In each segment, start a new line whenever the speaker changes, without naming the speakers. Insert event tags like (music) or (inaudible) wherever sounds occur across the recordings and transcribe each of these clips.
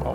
Well,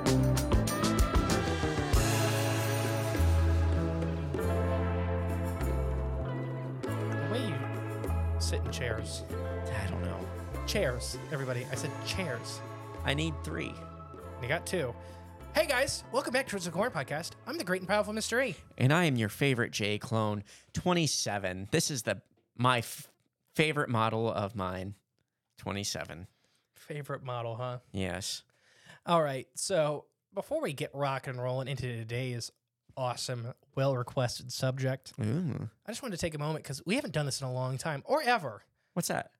The way you sit in chairs.
I don't know.
Chairs, everybody. I said chairs.
I need three.
They got two. Hey guys, welcome back to the Corn Podcast. I'm the great and powerful Mr. E.
And I am your favorite J clone, 27. This is the my f- favorite model of mine, 27.
Favorite model, huh?
Yes.
All right. So before we get rock and rolling into today's awesome, well requested subject, I just wanted to take a moment because we haven't done this in a long time or ever.
What's that?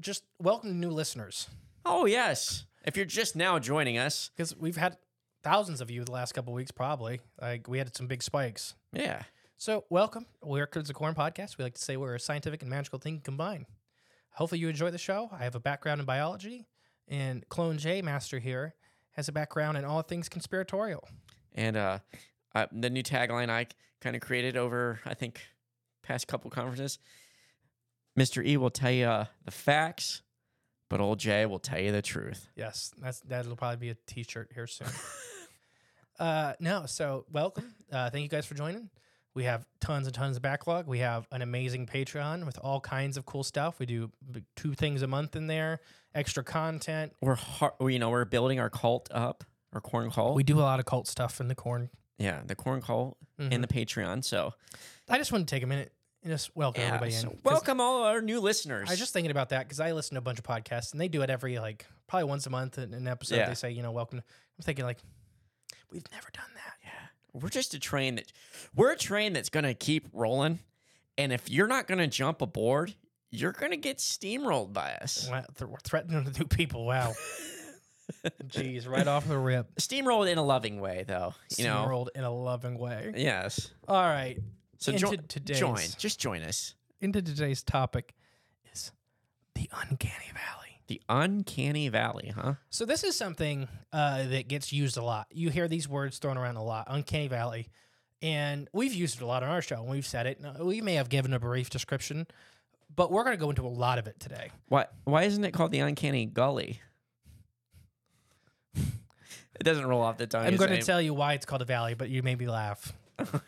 Just welcome new listeners
Oh, yes. If you're just now joining us,
because we've had thousands of you the last couple weeks, probably. Like we had some big spikes.
yeah.
So welcome. We're Kids of Corn Podcast. We like to say we're a scientific and magical thing combined. Hopefully you enjoy the show. I have a background in biology, and Clone J Master here has a background in all things conspiratorial.
And uh, uh, the new tagline I kind of created over, I think, past couple conferences Mr. E will tell you uh, the facts, but old J will tell you the truth.
Yes, that's that'll probably be a T-shirt here soon. uh, no, so welcome. Uh, thank you guys for joining. We have tons and tons of backlog. We have an amazing Patreon with all kinds of cool stuff. We do b- two things a month in there, extra content.
We're, har- we- you know, we're building our cult up, our corn cult.
We do a lot of cult stuff in the corn.
yeah, the corn cult
Mm-hmm.
and the Patreon. So,
I just want to take a minute and just welcome
Yeah,
everybody
so
in. 'cause
welcome all our new listeners.
I was just thinking about that because I listen to a bunch of podcasts and they do it every like probably once a month in an episode.
Yeah.
They say you know welcome. I'm thinking like we've never done that.
we're just a train that we're a train that's gonna keep rolling, and if you're not gonna jump aboard, you're gonna get steamrolled by us.
Wow, th- we're threatening the new
(laughs)
people. Wow. Jeez, right off the rip.
Steamrolled in a loving way, though. You know.
Steamrolled in a loving way.
Yes.
All right.
So
into
jo-
today's
join. Just join us.
into today's topic is the uncanny valley.
The uncanny valley, huh?
So this is something uh, that gets used a lot. You hear these words thrown around a lot, uncanny valley, and we've used it a lot on our show. And we've said it. and We may have given a brief description, but we're going to go into a lot of it today.
Why why isn't it called the uncanny gully? (laughs) it doesn't roll off the tongue.
I'm
the
going to
same.
tell you why it's called a valley, but you made me laugh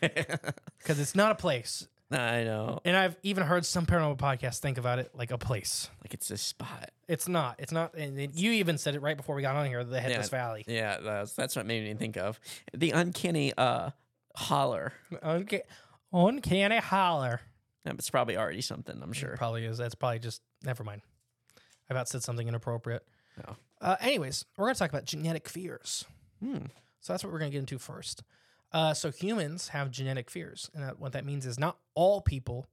because it's not a place.
(laughs) I know.
And I've even heard some paranormal podcasts think about it like a place.
Like it's a spot.
It's not. It's not. And and you even said it right before we got on here, the Headless Valley.
Yeah, that's that's what made me think of. The uncanny uh holler.
Unca- uncanny holler.
Yeah, It's probably already something, I'm sure.
Probably is. That's probably just, never mind. I about said something inappropriate.
No.
Uh, anyways, we're going to talk about genetic fears.
Hmm.
So that's what we're going to get into first. Uh, so humans have genetic fears. And that, what that means is not all people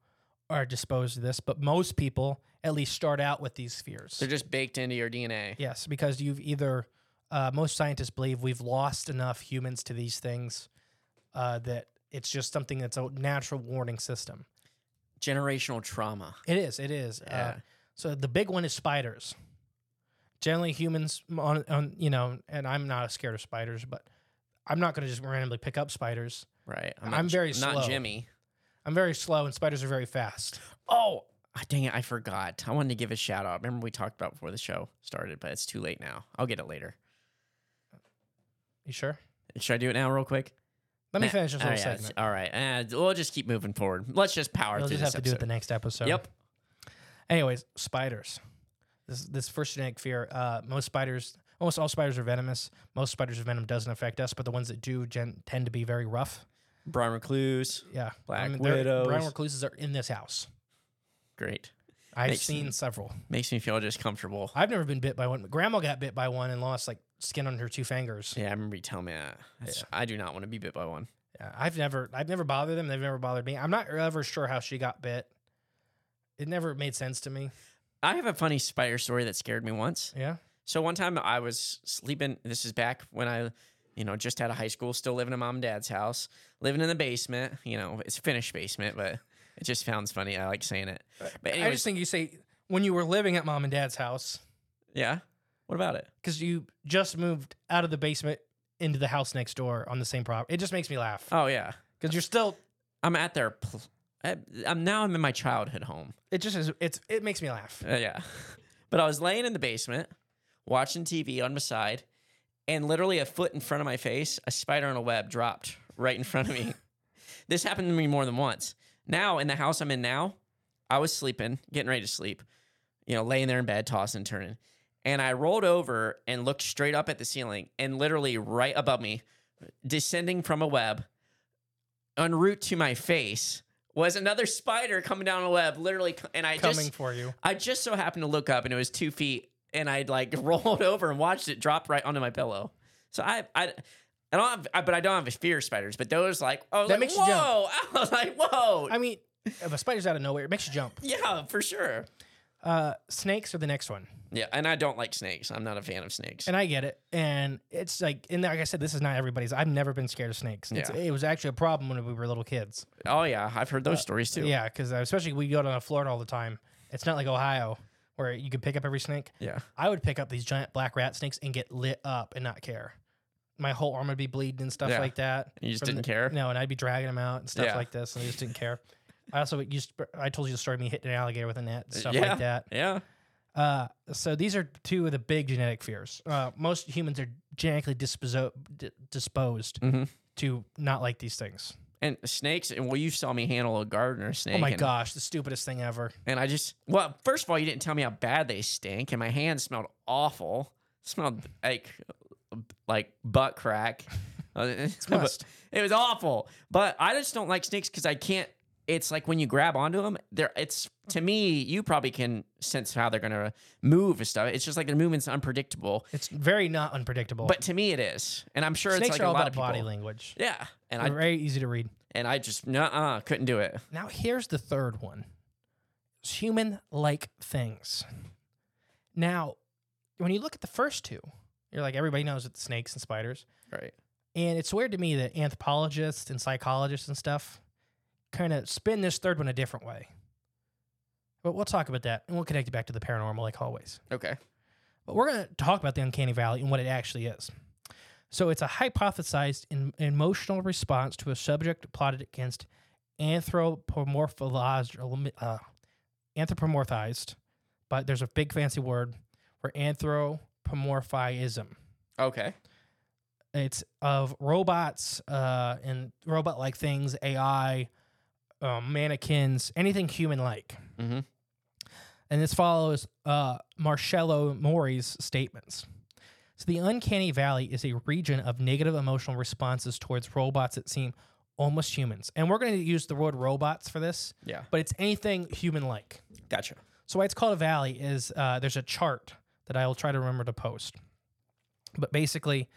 are disposed to this, but most people at least start out with these fears.
They're just baked into your DNA.
Yes, because you've either uh, most scientists believe we've lost enough humans to these things uh, that it's just something that's a natural warning system.
Generational trauma.
It is. It is. Uh, so the big one is spiders. Generally, humans on, on you know, and I'm not scared of spiders, but I'm not going to just randomly pick up spiders.
Right.
I'm
not-
very
not
slow.
Jimmy.
I'm very slow, and spiders are very fast.
Oh, ah, dang it. I forgot. I wanted to give a shout out. Remember, we talked about before the show started, but it's too late now. I'll get it later.
You sure?
Should I do it now, real quick?
Let me
Nah, Oh,
finish this
all
little
right,
segment.
All right. Uh, we'll just keep moving forward. Let's just power
We'll
through
just
this
have to do it the
episode.
next episode.
Yep.
Anyways, spiders. This this first genetic fear. Uh, most spiders. Almost all spiders are venomous. Most spiders' venom doesn't affect us, but the ones that do gen- tend to be very rough.
Brian Recluse.
Yeah.
Black
they're- Brown
widows.
recluses are in this house.
Great.
I've
Makes
seen
sense.
several.
Makes me feel just comfortable.
I've never been bit by one. but Grandma got bit by one and lost like skin on her two fingers.
Yeah, I remember you telling me that. That's- I do not want to be bit by one.
Yeah, I've never, I've never bothered them. They've never bothered me. I'm not ever sure how she got bit. It never made sense to me.
I have a funny spider story that scared me once.
Yeah.
So one time I was sleeping. This is back when I, you know, just out of high school, still living in mom and dad's house, living in the basement. You know, it's finished basement, but it just sounds funny. I like saying it. But anyways,
I just think you say when you were living at mom and dad's house
yeah. What about it?
because you just moved out of the basement into the house next door on the same property. It just makes me laugh
Oh yeah,
because you're still.
I'm at their. Pl- I, I'm now. I'm in my childhood home.
It just is. It's. It makes me laugh.
Uh, yeah. (laughs) But I was laying in the basement watching TV on my side, and literally a foot in front of my face, a spider on a web dropped right in front of
(laughs)
me. this happened to me more than once. Now, in the house I'm in now, I was sleeping, getting ready to sleep, you know, laying there in bed, tossing and turning. And I rolled over and looked straight up at the ceiling, and literally right above me, descending from a web, en route to my face, was another spider coming down a web, literally. c- And I
Coming
just,
for you.
I just so happened to look up and it was two feet, and I'd like (laughs) rolled over and watched it drop right onto my pillow. So I, I, I don't have, I, but I don't have a fear of spiders. But those like, oh,
That
like,
makes you
whoa! (laughs)
jump.
I was like, whoa!
I mean, if a spider's out of nowhere, it makes you jump.
yeah, for sure.
Uh, snakes are the next one.
Yeah, and I don't like snakes. I'm not a fan of snakes.
And I get it. And it's like, and like I said, this is not everybody's. I've never been scared of snakes. It's,
Yeah.
It was actually a problem when we were little kids.
oh yeah, I've heard those stories too.
Uh, Yeah, because especially we go down to Florida all the time. It's not like Ohio where you could pick up every snake.
yeah.
I would pick up these giant black rat snakes and get lit up and not care. My whole arm would be bleeding and stuff
Yeah.
like that.
You just
from
didn't
the-
care?
No, and I'd be dragging them out and stuff
Yeah.
like this, and I just didn't care. I also used. I told you the story of me hitting an alligator with a net, and stuff
Uh, yeah.
like that.
Yeah.
Uh, so these are two of the big genetic fears. Uh, most humans are genetically disposo- d- disposed
Mhm.
to not like these things.
And snakes, and well, you saw me handle a gardener snake.
Oh my
and,
gosh, the stupidest thing ever.
And I just, well, first of all, you didn't tell me how bad they stink, and my hands smelled awful. Smelled like like butt
(laughs)
crack. Uh, (laughs) it was-
must.
it was awful. But I just don't like snakes because I can't. It's like when you grab onto them, they're it's to me. You probably can sense how they're gonna move and stuff. It's just like their movement's unpredictable.
It's very not unpredictable.
But to me, it is, and I'm sure
snakes
it's like
are all
a lot
about
of people.
body language.
Yeah, and
They're
I
very easy to read.
and I just uh couldn't do it.
Now here's the third one. Human like things. Now, when you look at the first two, you're like everybody knows that snakes and spiders.
Right.
And it's weird to me that anthropologists and psychologists and stuff kind of spin this third one a different way. But we'll talk about that and we'll connect it back to the paranormal like always.
Okay.
But we're going to talk about the uncanny valley and what it actually is. So it's a hypothesized in, emotional response to a subject plotted against anthropomorphized, uh, anthropomorphized, but there's a big fancy word for anthropomorphism.
Okay.
It's of robots uh, and robot-like things, AI, um, mannequins, anything human-like.
Mhm.
And this follows uh, Marcello Mori's statements. So the uncanny valley is a region of negative emotional responses towards robots that seem almost humans. And we're going to use the word robots for this,
Yeah.
but it's anything human-like.
Gotcha.
So why it's called a valley is uh, there's a chart that I will try to remember to post. But basically,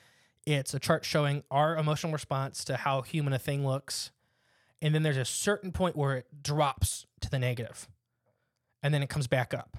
it's a chart showing our emotional response to how human a thing looks, and then there's a certain point where it drops to the negative, and then it comes back up.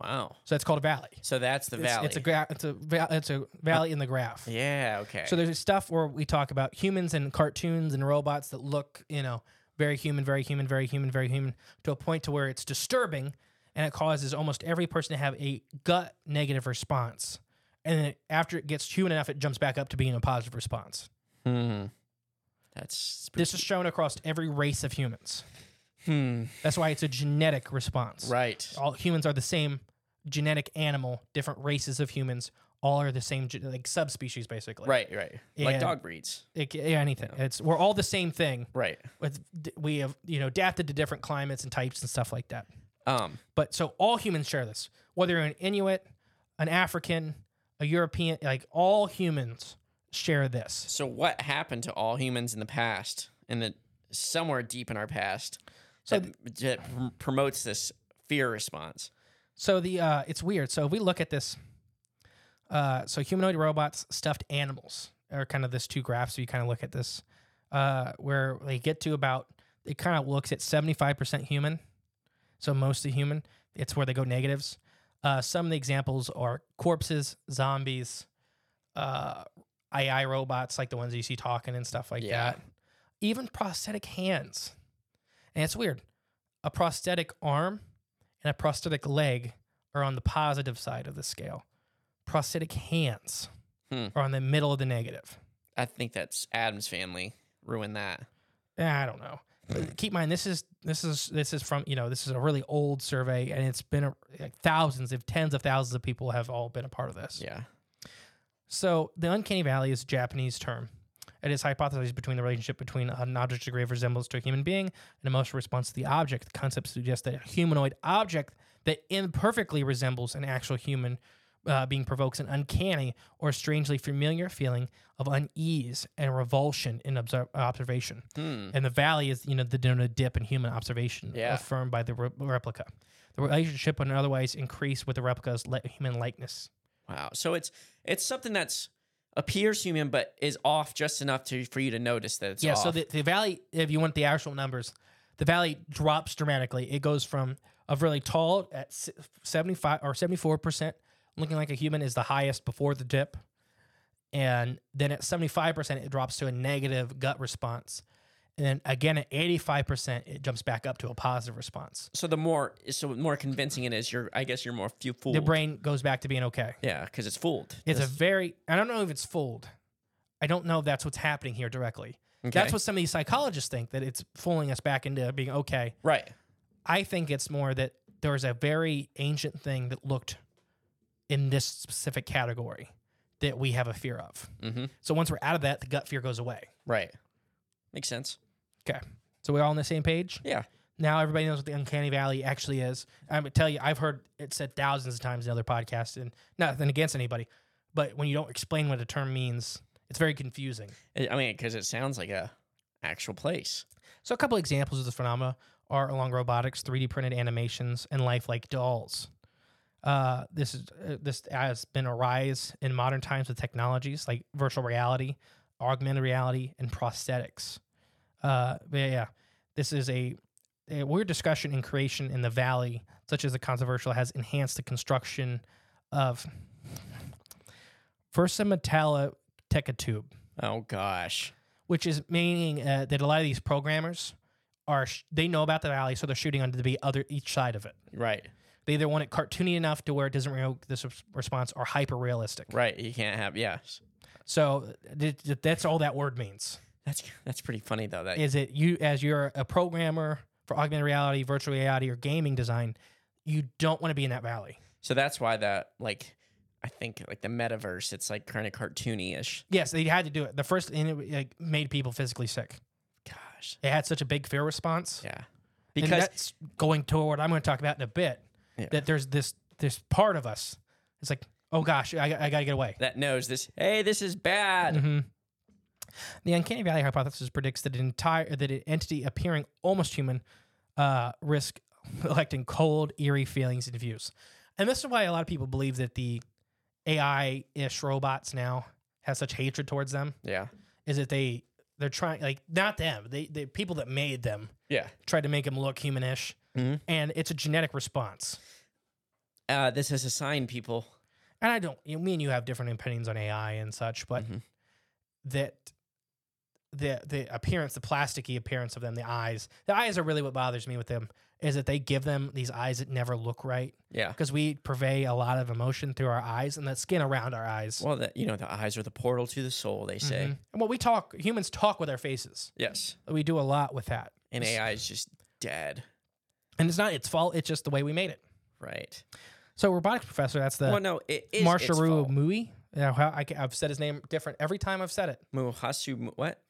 Wow.
So it's called a valley.
So that's the
It's-
valley.
It's, a gra- it's a val- it's a valley in the graph.
Yeah. Okay.
So there's stuff where we talk about humans and cartoons and robots that look, you know, very human, very human, very human, very human, to a point to where it's disturbing and it causes almost every person to have a gut negative response. And then after it gets human enough, it jumps back up to being a positive response.
Hmm. That's
This is shown across every race of humans.
hmm.
That's why it's a genetic response.
right.
All humans are the same genetic animal, different races of humans. All are the same, ge- like subspecies, basically.
Right. Right.
Yeah.
Like dog breeds.
It, yeah, anything. It's we're all the same thing.
Right.
with d- we have you know adapted to different climates and types and stuff like that.
Um.
But so all humans share this, whether you're an Inuit, an African, a European, like all humans share this.
So what happened to all humans in the past, and that somewhere deep in our past,
So
that, that pr- promotes this fear response?
So the uh, it's weird. So if we look at this, uh, so humanoid robots, stuffed animals are kind of this two graphs. So you kind of look at this uh, where they get to about it kind of looks at seventy five percent human, so mostly human. It's where they go negatives. Uh, some of the examples are corpses, zombies, uh, AI robots like the ones you see talking and stuff like
Yeah.
that. Even prosthetic hands, and it's weird. A prosthetic arm and a prosthetic leg are on the positive side of the scale. Prosthetic hands
Hmm.
are on the middle of the negative.
I think that's Adam's family ruined that.
Eh, I don't know. Keep in mind this is this is this is from you know this is a really old survey and it's been a, like thousands if tens of thousands of people have all been a part of this.
Yeah.
So the uncanny valley is a Japanese term. It is hypothesized between the relationship between an object's degree of resemblance to a human being and emotional response to the object. The concept suggests that a humanoid object that imperfectly resembles an actual human uh, being provokes an uncanny or strangely familiar feeling of unease and revulsion in obser- observation.
Hmm.
And the valley is, you know, the denoted dip in human observation,
Yeah.
affirmed by the re- replica. The relationship would otherwise increase with the replica's le- human likeness.
Wow. So it's it's something that's appears human but is off just enough to for you to notice that it's
yeah, so
off.
the, the valley, if you want the actual numbers, the valley drops dramatically. It goes from a really tall at s- 75 or 74%, looking like a human is the highest before the dip. And then at 75%, it drops to a negative gut response. And then again at 85%, it jumps back up to a positive response.
so the more so the more convincing it is, you're I guess you're more few fooled.
The brain goes back to being okay.
yeah, because it's fooled.
It's a
That's-
very, I don't know if it's fooled. I don't know if that's what's happening here directly. That's
okay.
what some of these psychologists think that it's fooling us back into being okay.
right.
I think it's more that there was a very ancient thing that looked in this specific category that we have a fear of.
Mm-hmm.
So once we're out of that, the gut fear goes away.
Right. Makes sense.
Okay. So we're all on the same page?
Yeah.
Now everybody knows what the uncanny valley actually is. I'm gonna tell you, I've heard it said thousands of times in other podcasts and nothing against anybody. But when you don't explain what a term means, it's very confusing.
I I mean, because it sounds like a actual place.
So a couple examples of the phenomena are along robotics, 3D printed animations, and lifelike dolls. Uh, this is uh, this has been a rise in modern times with technologies like virtual reality, augmented reality, and prosthetics. Uh, but yeah, this is a, a weird discussion in creation in the valley, such as the controversial has enhanced the construction of Versametallica tube
Oh gosh.
which is meaning uh, that a lot of these programmers are sh- they know about the valley, so they're shooting on to be other each side of it.
Right.
They either want it cartoony enough to where it doesn't revoke this res- response, or hyper realistic.
Right. You can't have. Yes.
So uh, th- th- that's all that word means.
That's that's pretty funny though. That
Is it you as you're a programmer for augmented reality, virtual reality, or gaming design? You don't want to be in that valley.
so that's why that like I think like the metaverse. It's like kind of cartoony ish.
Yes, they had to do it. The first and it like, made people physically sick.
Gosh.
They had such a big fear response.
Yeah.
And
Because
that's going to what I'm going to talk about in a bit.
Yeah.
That there's this this part of us. It's like, oh gosh, I, I got to get away.
that knows this. Hey, this is bad.
Mhm. The uncanny valley hypothesis predicts that an entire that an entity appearing almost human uh, risk electing cold, eerie feelings and views, and this is why a lot of people believe that the AI ish robots now have such hatred towards them.
Yeah.
Is that they they're trying like not them, they the people that made them
Yeah.
tried to make him look humanish,
Mhm.
and it's a genetic response.
Uh, this is a sign, people.
And I don't, you me and you have different opinions on AI and such, but
Mhm.
that the the appearance, the plasticky appearance of them, the eyes, the eyes are really what bothers me with them is that they give them these eyes that never look right
Yeah.
because we purvey a lot of emotion through our eyes and that skin around our eyes.
Well, that you know, the eyes are the portal to the soul. They say
Mhm. And what we talk, humans talk with our faces.
yes,
We do a lot with that,
and
It's-
AI is just dead.
and it's not its fault. It's just the way we made it.
Right.
So, robotics professor, that's the
well, no, it is its
Marsharu
fault.
Mui. Yeah, how- I, have said his name different every time I've said it.
Muhasu. Mu- What?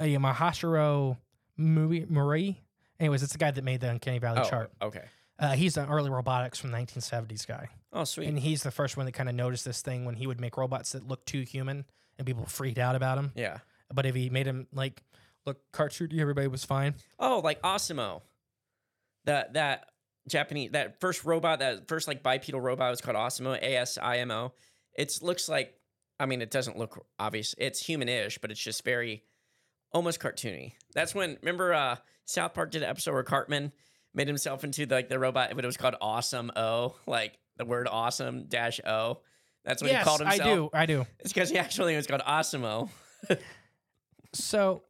Uh, yeah, Mahashiro Mui Murray. Anyways, it's the guy that made the Uncanny Valley
Oh,
chart.
okay.
Uh, he's an early robotics from 1970s guy.
Oh, sweet.
And he's the first one that kind of noticed this thing when he would make robots that look too human and people freaked out about him.
yeah.
But if he made him like look cartoony, everybody was fine.
Oh, like Osimo. That that Japanese that first robot that first like bipedal robot was called Osimo. A S I M O. It looks like I mean it doesn't look obvious. It's human-ish, but it's just very almost cartoony. That's when remember uh South Park did an episode where Cartman made himself into the, like the robot, but it was called Awesome O, (laughs) like the word awesome dash O. That's what he called
I
himself.
do. I do.
It's because he actually was called Osimo. (laughs)
So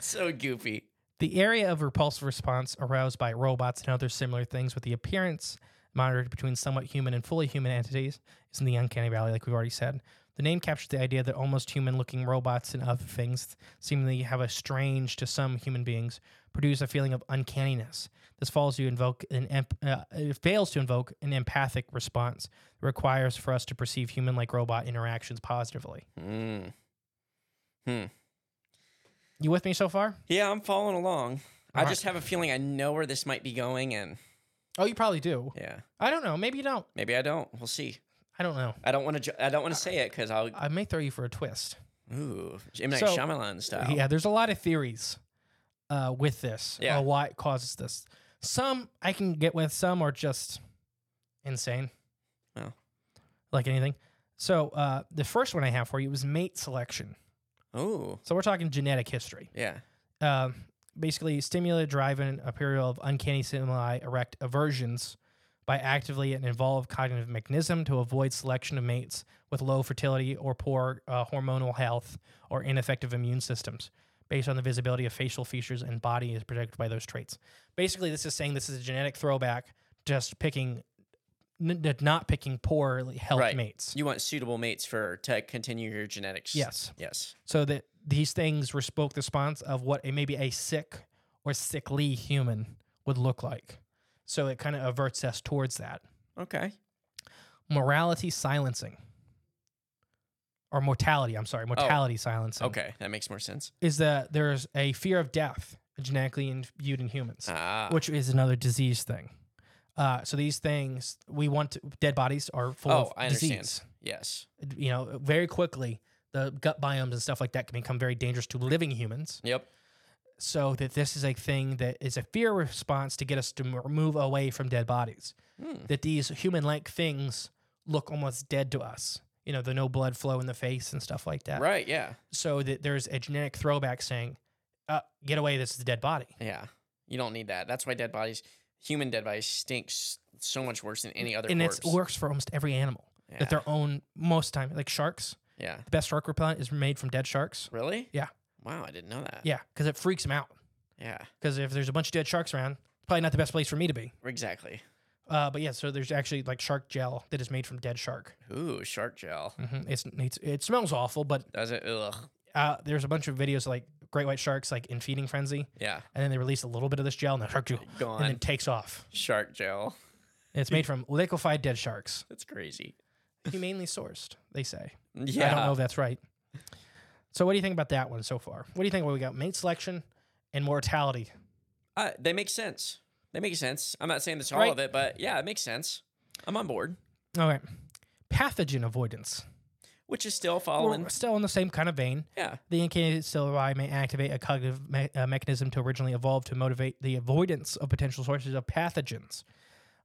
So goofy.
The area of repulsive response aroused by robots and other similar things with the appearance monitored between somewhat human and fully human entities is in the uncanny valley, like we've already said. The name captures the idea that almost human looking robots and other things seemingly have a strange to some human beings produce a feeling of uncanniness. This falls to invoke an emp- uh, it fails to invoke an empathic response that requires for us to perceive human like robot interactions positively.
Mm. Hmm.
You with me so far?
Yeah, I'm following along. I
Alright.
just have a feeling I know where this might be going, and
Oh, you probably do.
yeah,
I don't know. Maybe you don't.
maybe I don't. We'll see.
I don't know.
I don't want to. Ju- I don't want to say it because I'll.
I may throw you for a twist.
Ooh, M Night
So-
Shyamalan style.
Yeah, there's a lot of theories uh, with this
Yeah.
or why it causes this. Some I can get with, some are just insane.
Oh.
Like anything. So uh, the first one I have for you was mate selection.
Ooh,
So we're talking genetic history.
yeah.
Uh, basically, stimuli driving a period of uncanny stimuli erect aversions by actively and involved cognitive mechanism to avoid selection of mates with low fertility or poor uh, hormonal health or ineffective immune systems based on the visibility of facial features and body is protected by those traits. Basically, this is saying this is a genetic throwback, just picking, n- n- not picking poor health
Right.
mates.
You want suitable mates for to continue your genetics.
yes.
Yes.
So that these things were spoke the response of what a maybe a sick or sickly human would look like. So it kind of averts us towards that.
Okay.
Morality silencing. Or mortality, I'm sorry, mortality silencing.
Oh, Okay, that makes more sense.
Is that there's a fear of death genetically imbued in humans,
Ah,
which is another disease thing. Uh, so these things we want to, dead bodies are full
Oh,
of
I
disease.
understand. yes.
You know, very quickly the gut biomes and stuff like that can become very dangerous to living humans.
Yep.
so that this is a thing that is a fear response to get us to m- move away from dead bodies.
Hmm.
That these human like things look almost dead to us. You know, the no blood flow in the face and stuff like that.
Right. Yeah.
So that there's a genetic throwback saying, uh, get away, this is a dead body.
Yeah. You don't need that. That's why dead bodies, human dead bodies, stinks so much worse than any other
and
corpse.
it works for almost every animal.
Yeah.
That their own, most time, like sharks,
yeah.
the best shark repellent is made from dead sharks.
Really?
Yeah.
Wow, I didn't know that.
Yeah, because it freaks them out.
Yeah.
Because if there's a bunch of dead sharks around, it's probably not the best place for me to be.
Exactly.
Uh, but yeah, so there's actually like shark gel that is made from dead shark.
Ooh, shark gel.
hmm It's, it's it smells awful, but
Does it? Ugh.
uh, there's a bunch of videos of, like great white sharks like in feeding frenzy,
Yeah.
and then they release a little bit of this gel and the shark gel
Gone.
and then takes off.
shark gel. (laughs)
And it's made from liquefied dead sharks,
That's crazy.
humanely sourced. They say.
Yeah.
I don't know if that's right. So what do you think about that one so far? What do you think? What we got? Mate selection and mortality.
Uh, they make sense. They make sense. I'm not saying that's all of
Right.
it, but yeah, it makes sense. I'm on board,
All right. Pathogen avoidance.
which is still
We're
following.
still in the same kind of vein.
Yeah.
The incanted syllabi may activate a cognitive me- uh, mechanism to originally evolve to motivate the avoidance of potential sources of pathogens.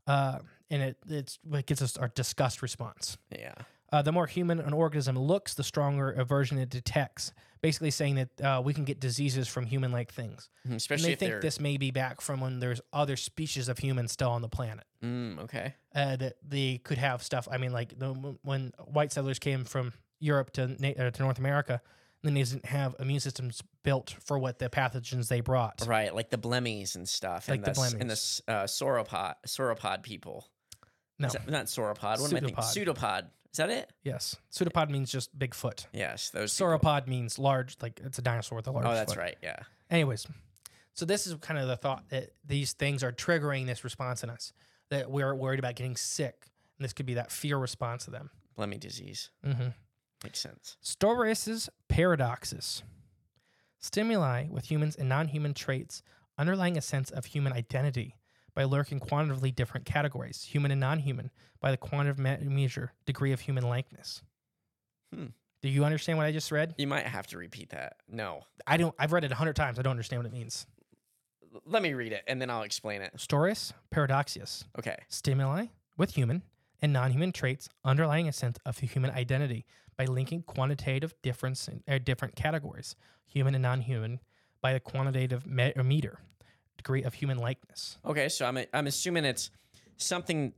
Uh, and it, it's, it gives us our disgust response.
Yeah.
Uh, the more human an organism looks, the stronger aversion it detects. Basically, saying that uh, we can get diseases from human like things.
Mhm,
And
Especially
they
if they're.
think this may be back from when there's other species of humans still on the planet
Mm, okay.
uh, that they could have stuff. I mean, like the, when white settlers came from Europe to Na- uh, to North America, then they didn't have immune systems built for what the pathogens they brought.
Right, like the blemmies and stuff, and
Like the
the, s- and the
blemmies.
s- uh, sauropod sauropod people.
No,
Is that- not sauropod. What am I thinking?
Pseudopod.
Pseudopod. Is that it?
Yes, pseudopod means just big foot.
Yes, those. people.
Sauropod means large, like it's a dinosaur with a large.
Oh, that's
foot.
right. Yeah.
Anyways, so this is kind of the thought that these things are triggering this response in us that we're worried about getting sick, and this could be that fear response to them.
Blemming disease
Mm-hmm.
makes sense.
Storace's paradoxes. Stimuli with humans and non human traits underlying a sense of human identity by lurking quantitatively different categories, human and non human, by the quantitative me- measure, degree of human likeness.
Hmm.
Do you understand what I just read?
You might have to repeat that. No.
I don't. I've read it a hundred times. I don't understand what it means.
L- Let me read it and then I'll explain it.
Storis paradoxus,
Okay.
stimuli with human and non-human traits underlying a sense of human identity by linking quantitative difference in uh, different categories, human and non-human, by the quantitative me- or meter, degree of human likeness.
Okay, so I'm I'm assuming it's something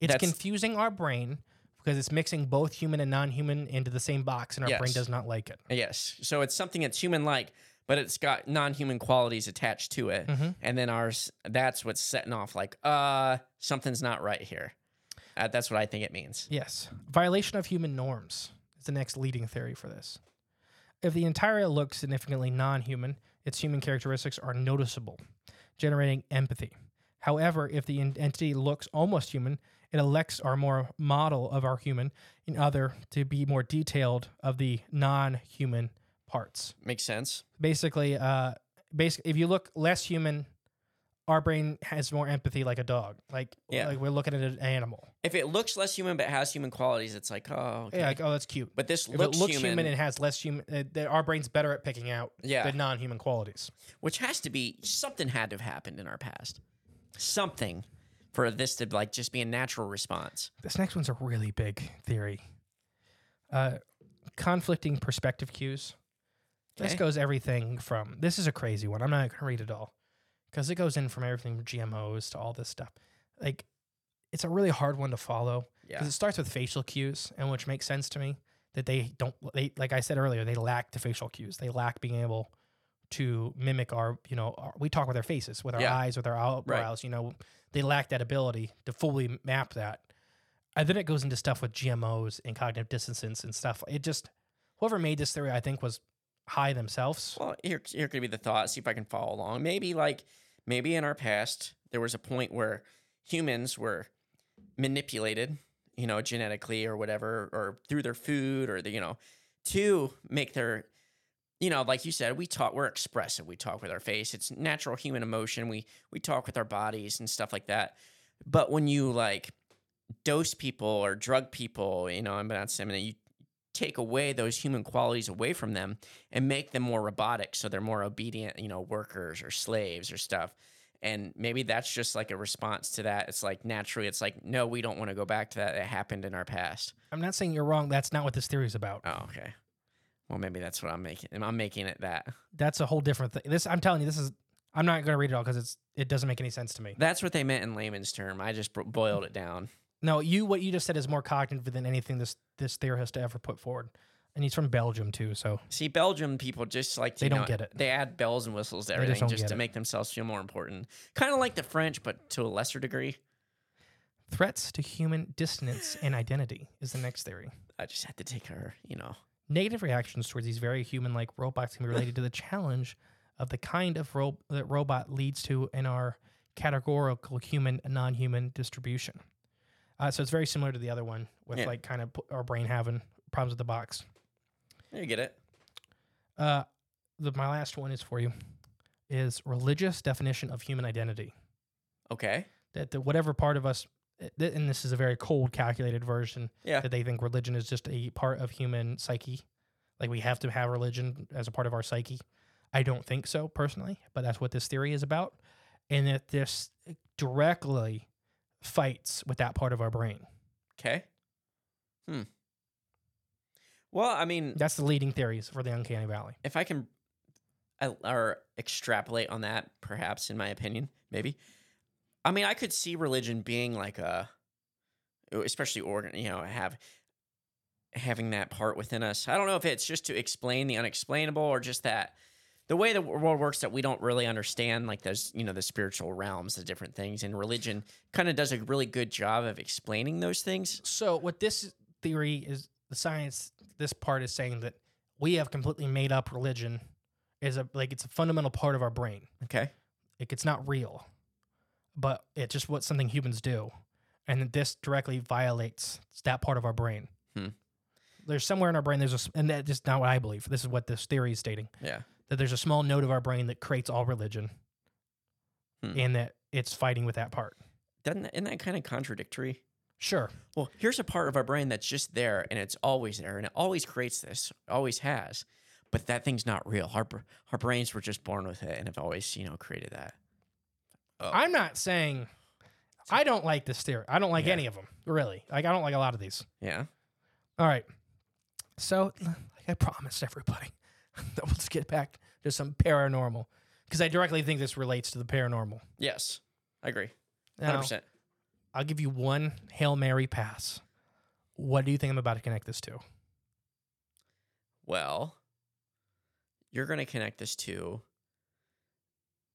It's
That's-
confusing our brain because it's mixing both human and non-human into the same box, and our brain
Yes.
does not like it.
Yes. So it's something that's human like, but it's got non human qualities attached to it.
Mhm.
And then ours, that's what's setting off like, uh, something's not right here. Uh, that's what I think it means.
Yes. Violation of human norms is the next leading theory for this. If the entire looks significantly non human, its human characteristics are noticeable, generating empathy. However, if the en- entity looks almost human, it elects our more model of our human in other to be more detailed of the non human parts.
Makes sense.
Basically, uh, basically, if you look less human, our brain has more empathy like a dog. Like,
Yeah.
like we're looking at an animal.
If it looks less human but has human qualities, it's like, oh, okay.
Yeah, like, oh, that's cute.
but this
If
looks,
it looks
human,
human, and has less human, uh, that our brain's better at picking out
Yeah.
the non-human qualities.
which has to be something had to have happened in our past. Something for this to like just be a natural response.
This next one's a really big theory. Uh, conflicting perspective cues. This
Okay.
goes everything from this is a crazy one. I'm not going to read it all because it goes in from everything from GMOs to all this stuff. Like, it's a really hard one to follow because
Yeah.
it starts with facial cues, and which makes sense to me that they don't. They like I said earlier, they lack the facial cues. They lack being able to mimic our. You know, our, we talk with our faces, with our
Yeah.
eyes, with our eyebrows. You know, they lack that ability to fully map that. And then it goes into stuff with GMOs and cognitive dissonance and stuff. It just whoever made this theory, I think, was high themselves.
Well, here, here could be the thought. See if I can follow along. Maybe like maybe in our past there was a point where humans were manipulated, you know, genetically or whatever, or through their food or the you know to make their you know like you said we talk we're expressive we talk with our face it's natural human emotion we we talk with our bodies and stuff like that but when you like dose people or drug people you know i'm not saying that you take away those human qualities away from them and make them more robotic so they're more obedient you know workers or slaves or stuff and maybe that's just like a response to that it's like naturally it's like no we don't want to go back to that it happened in our past
I'm not saying you're wrong. That's not what this theory is about.
oh okay well maybe that's what i'm making i'm making it that
That's a whole different thing. This I'm telling you, this is. I'm not going to read it all because it's it doesn't make any sense to me.
that's what they meant in layman's term i just bro- boiled it down
No, you what you just said is more cognitive than anything this this theorist ever put forward, and he's from Belgium too. So
see belgium people just like
They
you
don't
know,
get it.
they add bells and whistles to
just
everything
don't
just,
get
to
it.
make themselves feel more important kind of like the french but to a lesser degree
threats to human dissonance and identity is the next theory.
i just had to take her you know
Negative reactions towards these very human-like robots can be related to the challenge of the kind of ro- that robot leads to in our categorical human and non-human distribution. Uh, so it's very similar to the other one with
Yeah.
like kind of p- our brain having problems with the box.
you get it
Uh, the, my last one is for you is religious definition of human identity.
okay
That the, whatever part of us, th- and this is a very cold, calculated version,
yeah
(laughs) that they think religion is just a part of human psyche. Like we have to have religion as a part of our psyche. I don't think so personally, but that's what this theory is about. And that this directly fights with that part of our brain.
Okay. Hmm. Well, I mean,
That's the leading theories for the Uncanny Valley.
if I can, I, or extrapolate on that, perhaps in my opinion, maybe. I mean, I could see religion being like a, especially organ, you know, have having that part within us. I don't know if it's just to explain the unexplainable or just that the way the world works that we don't really understand, like those, you know, the spiritual realms, the different things, and religion kind of does a really good job of explaining those things.
So what this theory is the science this part is saying that we have completely made up religion is a like it's a fundamental part of our brain.
Okay.
Like it's not real, but it's just what something humans do, and that this directly violates that part of our brain.
Hmm.
There's somewhere in our brain there's a s- and that is not what I believe. This is what this theory is stating
Yeah.
that there's a small node of our brain that creates all religion,
Hmm.
and that it's fighting with that part.
Doesn't that, isn't that kind of contradictory?
Sure.
Well, here's a part of our brain that's just there and it's always there and it always creates this, always has. But that thing's not real. Our, br- our brains were just born with it and have always, you know, created that. Oh.
I'm not saying I don't like this theory. I don't like
Yeah.
any of them, really. Like I don't like a lot of these.
Yeah.
All right. So, like I promised everybody, (laughs) let's get back to some paranormal because I directly think this relates to the paranormal.
Yes. I agree.
Now,
100%.
I'll give you one Hail Mary pass. What do you think I'm about to connect this to?
Well, you're going to connect this to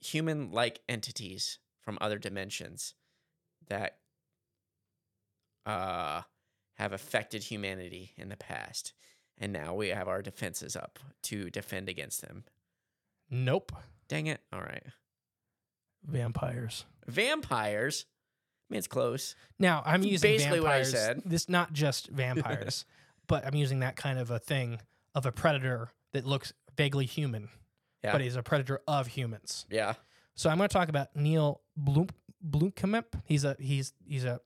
human like entities from other dimensions that uh, have affected humanity in the past. And now we have our defenses up to defend against them.
Nope.
Dang it. All right.
Vampires.
Vampires. I mean, it's close.
Now, I'm
It's
using
basically what I
vampires.
said.
This
(laughs)
not just vampires, but I'm using that kind of a thing of a predator that looks vaguely human,
Yeah.
but is a predator of humans.
Yeah.
So I'm going to talk about Neil Blum, Blomkamp. He's a he's he's a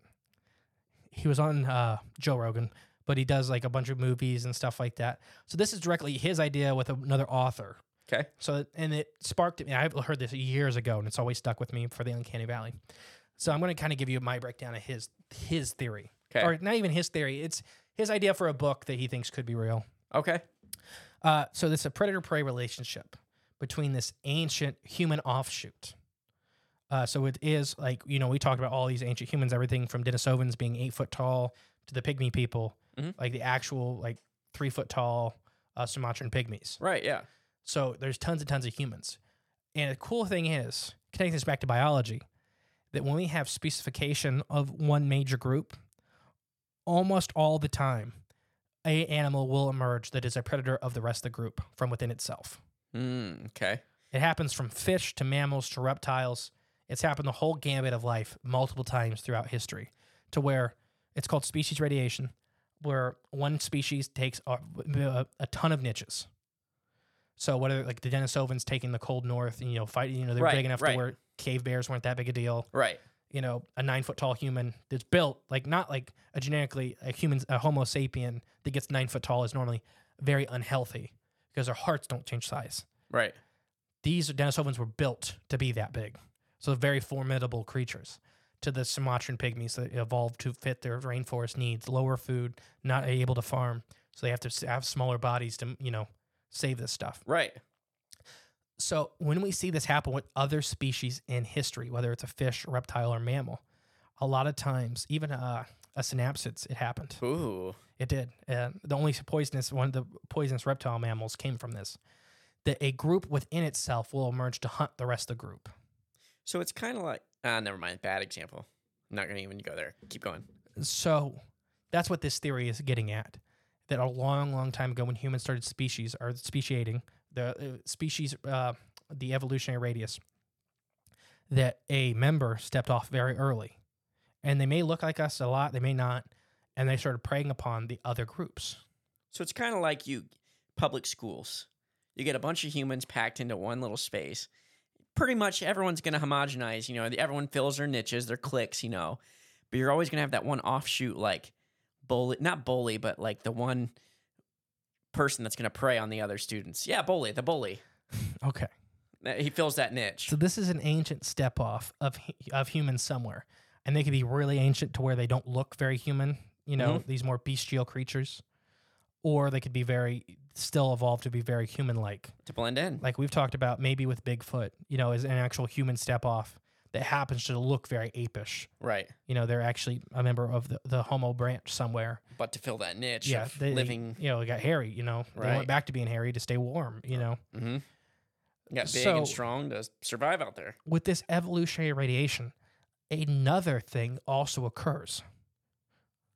he was on uh, Joe Rogan, but he does like a bunch of movies and stuff like that. So this is directly his idea with another author.
Okay.
So and it sparked me. I heard this years ago, and it's always stuck with me for the Uncanny Valley. So I'm going to kind of give you my breakdown of his his theory,
Okay.
or not even his theory. It's his idea for a book that he thinks could be real.
Okay.
Uh, so there's a predator prey relationship between this ancient human offshoot. Uh, so it is like you know we talked about all these ancient humans, everything from Denisovans being eight foot tall to the pygmy people,
Mhm.
like the actual like three foot tall uh, Sumatran pygmies.
Right. Yeah.
So there's tons and tons of humans. And the cool thing is, connecting this back to biology, that when we have specification of one major group, almost all the time, a animal will emerge that is a predator of the rest of the group from within itself.
Mm, okay.
It happens from fish to mammals to reptiles. It's happened the whole gambit of life multiple times throughout history to where it's called species radiation, where one species takes a, a, a ton of niches. So whether like the Denisovans taking the cold north, and, you know, fighting, you know, they're
Right,
big enough
right.
to where cave bears weren't that big a deal.
Right.
You know, a nine foot tall human that's built like not like a genetically a human, a Homo sapien that gets nine foot tall is normally very unhealthy because their hearts don't change size
Right.
these Denisovans were built to be that big. So very formidable creatures to the Sumatran pygmies that evolved to fit their rainforest needs, lower food, not able to farm. So they have to s- have smaller bodies to, you know, save this stuff.
Right.
So when we see this happen with other species in history, whether it's a fish, reptile, or mammal, a lot of times, even uh, a synapsids, it happened.
Ooh.
It did. And the only poisonous one of the poisonous reptile mammals came from this. That a group within itself will emerge to hunt the rest of the group.
So it's kind of like, ah, never mind. Bad example. I'm not going to even go there. Keep going.
So that's what this theory is getting at. That a long, long time ago, when humans started species or speciating the uh, species, uh, the evolutionary radius, that a member stepped off very early, and they may look like us a lot, they may not, and they started preying upon the other groups.
So it's kind of like you, public schools. You get a bunch of humans packed into one little space. Pretty much everyone's going to homogenize. You know, everyone fills their niches, their cliques. You know, but you're always going to have that one offshoot, like bully, not bully, but like the one person that's going to prey on the other students. Yeah, bully, the bully.
Okay.
Uh, He fills that niche.
So this is an ancient step off of hu- of humans somewhere, and they could be really ancient to where they don't look very human. You know,
Mm-hmm.
these more bestial creatures, or they could be very still evolved to be very human like.
to blend in.
Like we've talked about, maybe with Bigfoot, you know, is an actual human step off that happens to look very apish.
right.
You know, they're actually a member of the, the Homo branch somewhere.
But to fill that niche
yeah,
of
they,
living.
You know, they got hairy. You know, they
Right.
went back to being hairy to stay warm. You know.
hmm Got big
So-
and strong to survive out there.
with this evolutionary radiation, another thing also occurs.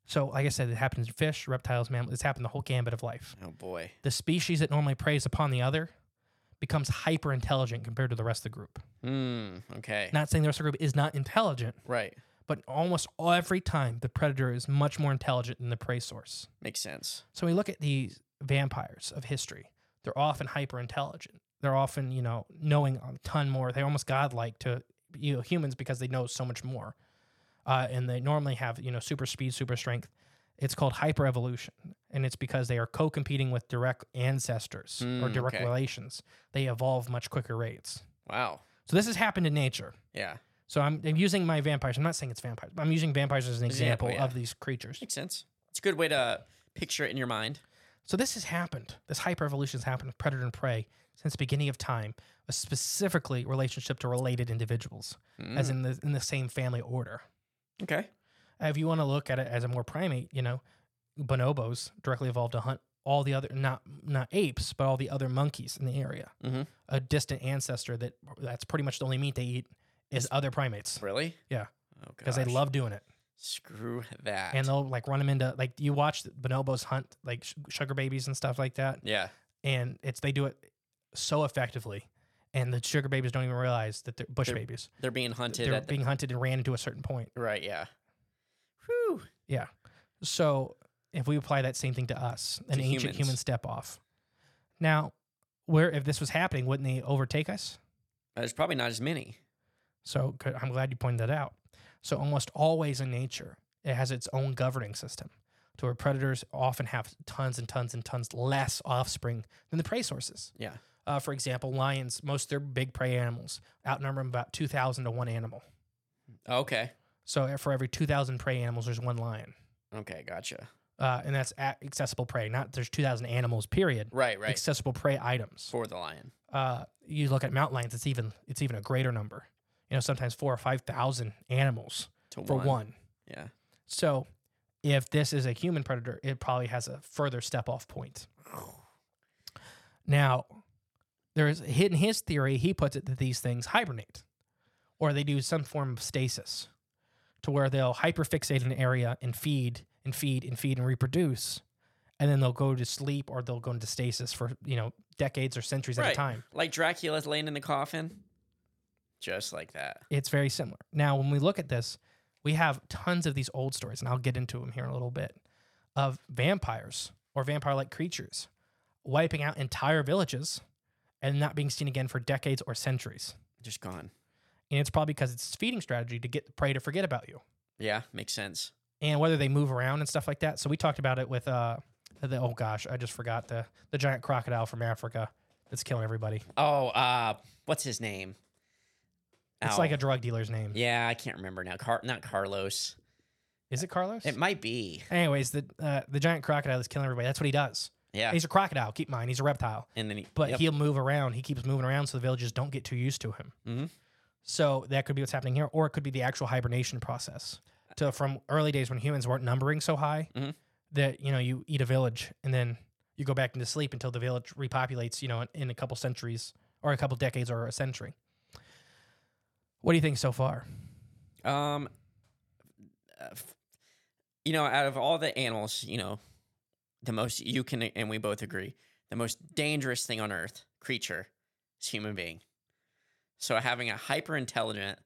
So, like I said, it happens in fish, reptiles, mammals. It's happened the whole gambit of life.
Oh boy.
The species that normally preys upon the other becomes hyper intelligent compared to the rest of the group.
Hmm. Okay.
Not saying the rest of the group is not intelligent,
right.
but almost every time the predator is much more intelligent than the prey source.
Makes sense.
So we look at these vampires of history. They're often hyper intelligent. They're often, you know, knowing a ton more. They're almost godlike to you know, humans because they know so much more, uh, and they normally have you know super speed, super strength. It's called hyperevolution, and it's because they are co-competing with direct ancestors or
Mm,
direct
okay.
relations. They evolve much quicker rates.
Wow.
So this has happened in nature.
Yeah.
So I'm, I'm using my vampires. I'm not saying it's vampires. But I'm using vampires as an
Example,
example
yeah.
of these creatures.
Makes sense. It's a good way to picture it in your mind.
So this has happened. This hyperevolution has happened with predator and prey since the beginning of time, but specifically relationship to related individuals, as in the in the same family order.
Okay.
Uh, If you want to look at it as a more primate, you know, bonobos directly evolved to hunt all the other not not apes, but all the other monkeys in the area.
Mhm.
A distant ancestor that that's pretty much the only meat they eat is other primates
Really?
Yeah.
Oh,
because they
gosh.
love doing it.
Screw that.
and they'll like run them into like you watch the bonobos hunt like sh- sugar babies and stuff like that
yeah.
and it's they do it so effectively and the sugar babies don't even realize that they're bush
They're
babies
They're being hunted
they're
at the
being hunted and ran into a certain point
right. Yeah. Whew.
so if we apply that same thing to us an
To
ancient human
humans.
step off now where if this was happening wouldn't they overtake us
There's probably not as many.
so good- i'm glad you pointed that out so almost always in nature it has its own governing system to where predators often have tons and tons and tons less offspring than the prey sources
Yeah.
Uh, for example, lions, most of their big prey animals outnumber them about 2,000 to one animal.
Oh, Okay.
So e, for every 2,000 prey animals, there's one lion.
Okay. Gotcha.
Uh, and that's a accessible prey, not there's 2,000 animals, period.
Right. Right.
Accessible prey items.
For the lion.
Uh, you look at mountain lions, it's even it's even a greater number. You know, sometimes four or 5,000 animals
To
for one.
Yeah.
So if this is a human predator, it probably has a further step off point. Now, there's in his theory, he puts it that these things hibernate or they do some form of stasis to where they'll hyperfixate an area and feed and feed and feed and reproduce. And then they'll go to sleep or they'll go into stasis for, you know, decades or centuries at
Right.
a time.
Like Dracula laying in the coffin. Just like that.
It's very similar. Now, when we look at this, we have tons of these old stories, and I'll get into them here in a little bit, of vampires or vampire like creatures wiping out entire villages and not being seen again for decades or centuries.
Just gone.
And it's probably because it's feeding strategy to get the prey to forget about you
Yeah. Makes sense.
and whether they move around and stuff like that. So we talked about it with, uh, the, oh gosh, I just forgot the, the giant crocodile from Africa that's killing everybody.
Oh, uh, what's his name?
It's
Ow.
like a drug dealer's name.
Yeah, I can't remember now. Car- not Carlos.
Is it Carlos?
It might be.
Anyways, the, uh, the giant crocodile that's killing everybody. That's what he does.
Yeah.
He's a crocodile. Keep in mind, he's a reptile,
and then he,
but
yep.
he'll move around. He keeps moving around, so the villagers don't get too used to him.
Mhm.
So that could be what's happening here, or it could be the actual hibernation process. To from early days when humans weren't numbering so high
Mhm.
that you know you eat a village and then you go back into sleep until the village repopulates. You know, in, in a couple centuries or a couple decades or a century. What do you think so far?
Um, uh, f- you know, out of all the animals, you know, the most you can and we both agree the most dangerous thing on Earth, creature, is human being. So having a hyper intelligent,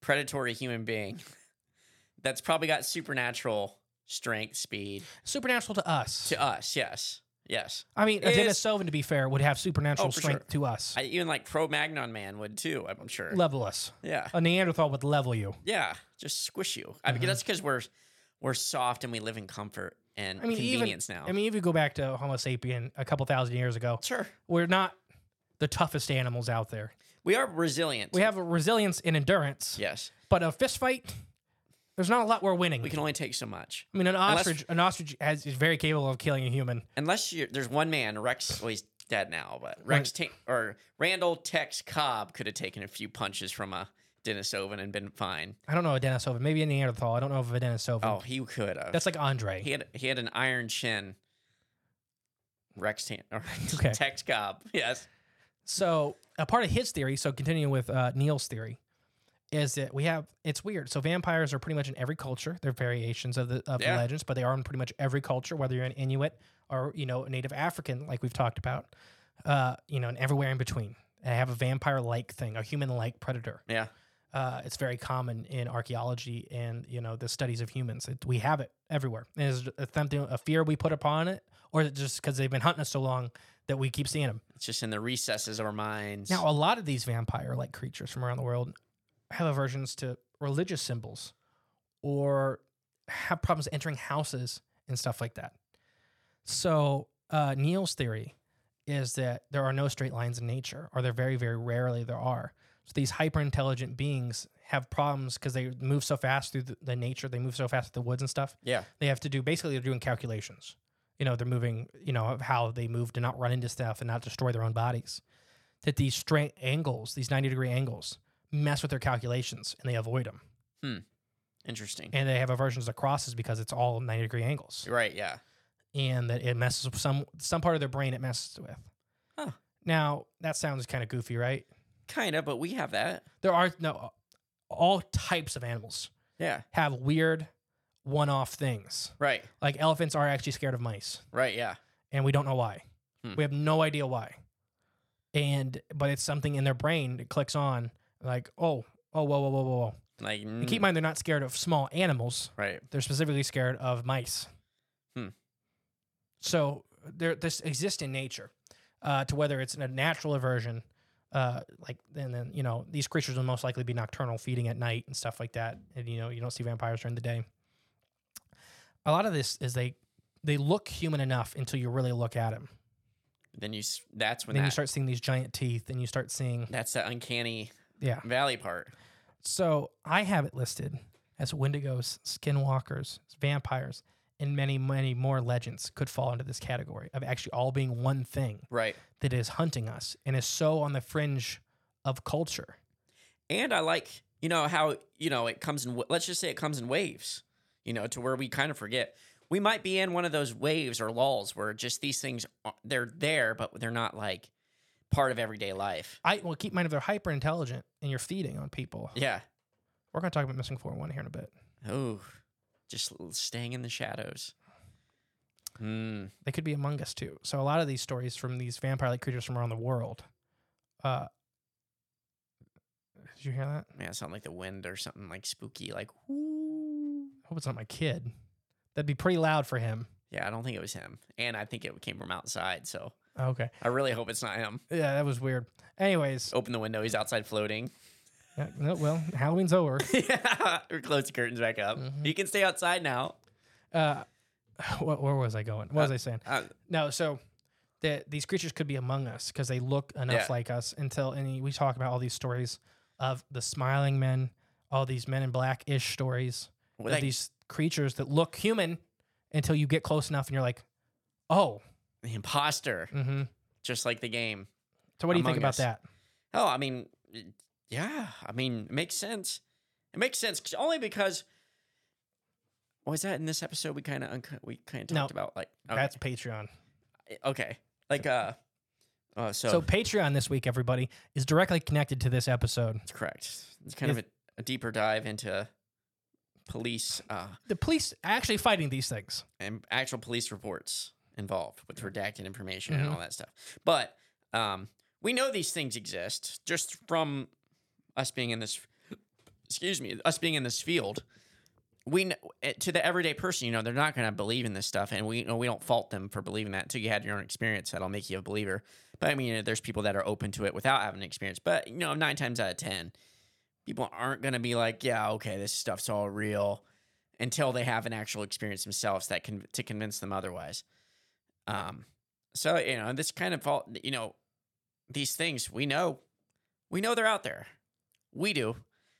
predatory human being (laughs) that's probably got supernatural strength, speed
Supernatural to us.
to us. Yes, yes.
I mean, a
Is-
Denisovan, to be fair, would have supernatural
Oh, for
strength to us.
I, even like Pro Magnon Man would too. I'm sure.
level us.
yeah.
A Neanderthal would level you.
Yeah, just squish you. I mean,
Mhm.
that's because we're we're soft and we live in comfort and
I mean, even,
convenience now.
I mean, if you go back to Homo sapien a couple thousand years ago,
sure,
we're not the toughest animals out there.
we are resilient.
We have a resilience and endurance,
yes,
but a fist fight, there's not a lot we're winning.
we can only take so much.
I mean, an
unless-
ostrich, an ostrich has, is very capable of killing a human.
Unless you, there's one man, Rex. Well, he's dead now, but Rex ta- or Randall Tex Cobb could have taken a few punches from a Denisovan and been fine.
I don't know a Denisovan, maybe a Neanderthal. I don't know if a Denisovan.
Oh, he could have.
Mm-hmm. that's like Andre.
he had he had an iron chin. Rex Tan (laughs) or
Okay.
Tex Cobb. Yes.
So a part of his theory, so continuing with uh, Neil's theory, is that we have it's weird. So vampires are pretty much in every culture. They're variations of the of
Yeah.
the legends, but they are in pretty much every culture, whether you're an Inuit or you know a Native African, like we've talked about, uh, you know, and everywhere in between. They have a vampire like thing, a human like predator.
Yeah.
Uh, it's very common in archaeology and you know the studies of humans. It, we have it everywhere. And is it something a fear we put upon it, or is it just because they've been hunting us so long that we keep seeing them?
It's just in the recesses of our minds.
Now, a lot of these vampire like creatures from around the world have aversions to religious symbols or have problems entering houses and stuff like that. So, uh, Neil's theory is that there are no straight lines in nature, or there very, very rarely there are. So, these hyper intelligent beings have problems because they move so fast through the, the nature, they move so fast through the woods and stuff.
Yeah.
They have to do basically, they're doing calculations. You know, they're moving, you know, of how they move to not run into stuff and not destroy their own bodies. That these straight angles, these 90 degree angles, mess with their calculations and they avoid them
Interesting.
and they have aversions to crosses because it's all 90 degree angles
right. Yeah.
and that it messes with some some part of their brain it messes with
Huh.
now that sounds kind of goofy right
Kind of, but we have that.
there are no all types of animals
Yeah.
have weird one-off things
Right.
like elephants are actually scared of mice
Right. Yeah.
and we don't know why
Hmm.
we have no idea why and but it's something in their brain that clicks on like oh oh whoa whoa whoa whoa whoa
Like
And keep in
mm,
mind they're not scared of small animals
Right.
They're specifically scared of mice.
Hmm.
So there, this exists in nature, uh, to whether it's a natural aversion, uh, like and then you know these creatures will most likely be nocturnal, feeding at night and stuff like that. And you know you don't see vampires during the day. A lot of this is they they look human enough until you really look at them.
Then you. s- That's when
then
that,
you start seeing these giant teeth, and you start seeing
That's the uncanny
yeah.
valley part.
So I have it listed as Wendigos, skinwalkers, vampires, and many, many more legends could fall into this category of actually all being one thing
Right.
that is hunting us and is so on the fringe of culture.
And I like you know how you know it comes in. wa- Let's just say it comes in waves. You know, to where we kind of forget. We might be in one of those waves or lulls where just these things are- they're there, but they're not like part of everyday life.
I well keep in mind if they're hyper intelligent and you're feeding on people.
Yeah.
We're gonna talk about missing four one here in a bit.
Oh, just l- staying in the shadows. Hmm.
They could be among us too. So a lot of these stories from these vampire like creatures from around the world. Uh did you hear that?
Yeah, it sounded like the wind or something like spooky, like whoo.
I hope it's not my kid. That'd be pretty loud for him.
Yeah, I don't think it was him, and I think it came from outside. So
Okay.
I really hope it's not him.
Yeah, that was weird. Anyways,
Open the window; he's outside floating. (laughs)
uh, no, well, Halloween's over.
yeah, or close the curtains back up.
Mm-hmm.
You can stay outside now.
Uh, what, where was I going? What was I saying?
Uh,
No, so that these creatures could be among us because they look enough
Yeah.
like us. Until and we talk about all these stories of the smiling men, all these men in black ish stories
well,
of
like,
these creatures that look human until you get close enough and you're like, oh,
the imposter,
mm-hmm.
just like the game.
So what do you think
Among
about
Us.
that?
Oh, I mean, y- yeah. I mean, it makes sense. It makes sense 'cause- only because was that in this episode we kind of unco- we kind of
No,
talked about like okay.
That's Patreon.
okay, like uh, uh so,
So Patreon this week, everybody, is directly connected to this episode.
that's correct. It's kind of a, a deeper dive into police uh
The police actually fighting these things.
and actual police reports involved with redacted information
Mhm.
and all that stuff. But um, we know these things exist just from us being in this. Excuse me, us being in this field. We kn- eh, to the everyday person, you know, they're not going to believe in this stuff, and we you know, we don't fault them for believing that until you had your own experience. That'll make you a believer. But I mean, you know, there's people that are open to it without having an experience. But you know, nine times out of ten, people aren't going to be like, yeah, okay, this stuff's all real until they have an actual experience themselves that can to convince them otherwise. Um, so you know, this kind of fault, you know, these things we know, we know they're out there, we do.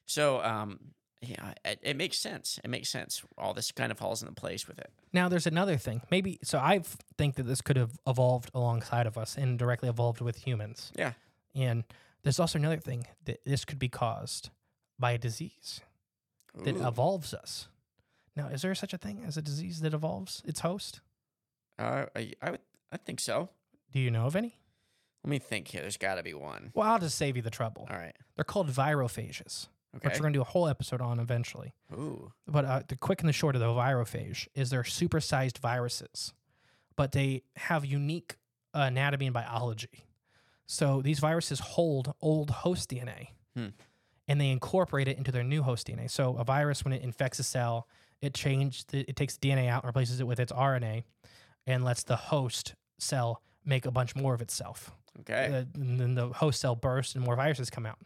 So um, yeah, it, it makes sense. It makes sense. All this kind of falls into place with it.
Now, there's another thing. Maybe so. I f- think that this could have evolved alongside of us and directly evolved with humans.
Yeah.
And there's also another thing that this could be caused by a disease that
Ooh.
evolves us. Now, is there such a thing as a disease that evolves its host?
Uh, I, I would, I think so.
Do you know of any?
Let me think here. There's got to be one.
Well, I'll just save you the trouble.
All right.
They're called virophages, which
Okay.
we're going to do a whole episode on eventually.
Ooh.
but uh, the quick and the short of the virophage is they're supersized viruses, but they have unique uh, anatomy and biology. So these viruses hold old host DNA,
Hmm.
and they incorporate it into their new host DNA. So a virus, when it infects a cell, it changes, it takes DNA out and replaces it with its RNA, and lets the host cell make a bunch more of itself
Okay.
uh, and then the host cell bursts and more viruses come out.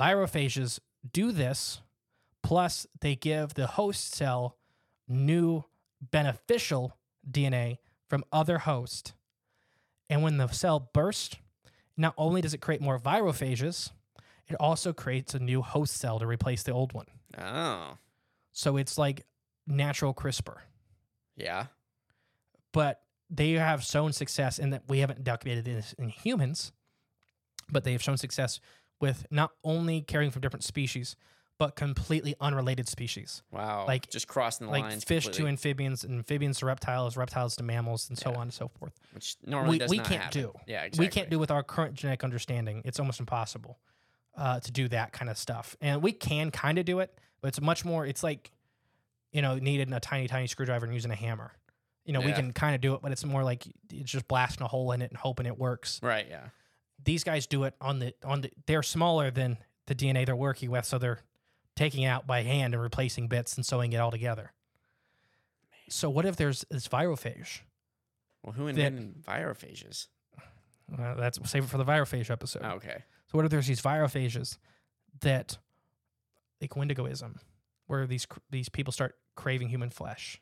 Virophages do this. Plus, they give the host cell new beneficial DNA from other host. And when the cell bursts, not only does it create more virophages, it also creates a new host cell to replace the old one.
Oh.
So it's like natural CRISPR.
Yeah.
But they have shown success in that we haven't documented this in humans, but they have shown success with not only carrying from different species, but completely unrelated species.
Wow.
Like-
just crossing the
Like
lines
fish to
completely,
amphibians, and amphibians to reptiles, reptiles to mammals, and so on and so forth.
which normally
we-
does
we
not
can't
happen.
do.
Yeah, exactly.
We can't do with our current genetic understanding. It's almost impossible uh, to do that kind of stuff. And we can kind of do it, but it's much more. It's like you know, needing a tiny, tiny screwdriver and using a hammer. You know, we
Yeah.
can kind of do it, but it's more like it's just blasting a hole in it and hoping it works.
Right. Yeah.
These guys do it on the on the. They're smaller than the DNA they're working with, so they're taking it out by hand and replacing bits and sewing it all together. So what if there's this virophage?
Well, who invented virophages?
Uh, that's save it for the virophage episode.
Oh, okay.
So what if there's these virophages that, like Wendigoism, where these cr- these people start craving human flesh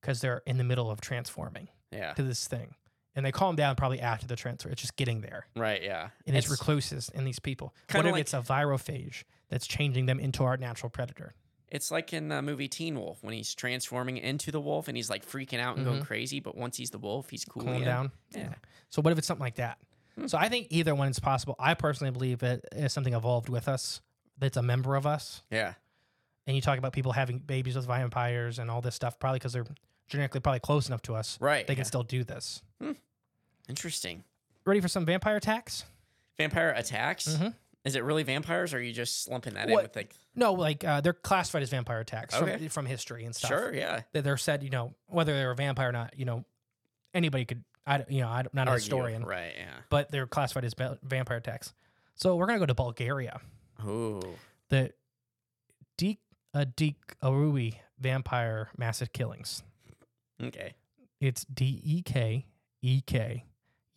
because they're in the middle of transforming
Yeah.
to this thing, and they calm down probably after the transfer. It's just getting there,
Right. Yeah.
and it's, recluses in these people. What
Kinda
if
like-
it's a virophage that's changing them into our natural predator?
It's like in the movie Teen Wolf when he's transforming into the wolf and he's like freaking out and going crazy, but once he's the wolf, he's cool.
Mm-hmm. Calm
again.
down.
Yeah. Hmm.
So what if it's something like that? So I think either one is possible. I personally believe it is something evolved with us that's a member of us.
Yeah.
and you talk about people having babies with vampires and all this stuff, probably because they're genetically probably close enough to us.
Right.
They
yeah.
can still do this.
Interesting.
Ready for some vampire attacks?
Vampire attacks?
Mhm.
Is it really vampires or are you just slumping that
What-
in with like,
No, like uh, they're classified as vampire attacks
Okay.
from, from history and stuff.
sure, yeah.
That they're said, you know, whether they're a vampire or not, you know, anybody could, I, don't- you know, I'm not a
Argue.
historian,
Right, yeah.
but they're classified as va- vampire attacks. So we're going to go to Bulgaria.
Ooh.
The Dik uh, Arui vampire massive killings.
Okay.
It's D E K E K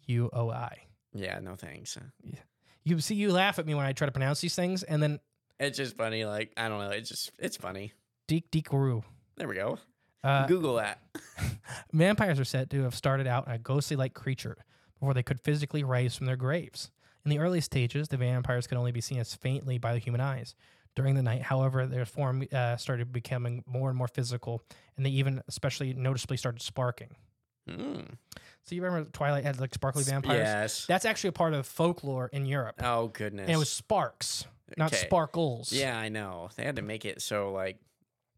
U O I.
Yeah, no thanks.
You see, you laugh at me when I try to pronounce these things, and then
It's just funny. Like, I don't know. It's just, it's funny.
Deek Deekaru.
There we go.
Uh,
Google that.
vampires are said to have started out a ghostly like creature before they could physically rise from their graves. In the early stages, the vampires could only be seen as faintly by the human eyes. During the night, however, their form uh, started becoming more and more physical, and they even, especially noticeably, started sparking.
Mm.
So you remember Twilight had like sparkly vampires?
Yes.
That's actually a part of folklore in Europe.
oh, goodness.
and it was sparks, not
Okay.
sparkles.
Yeah, I know. They had to make it so, like,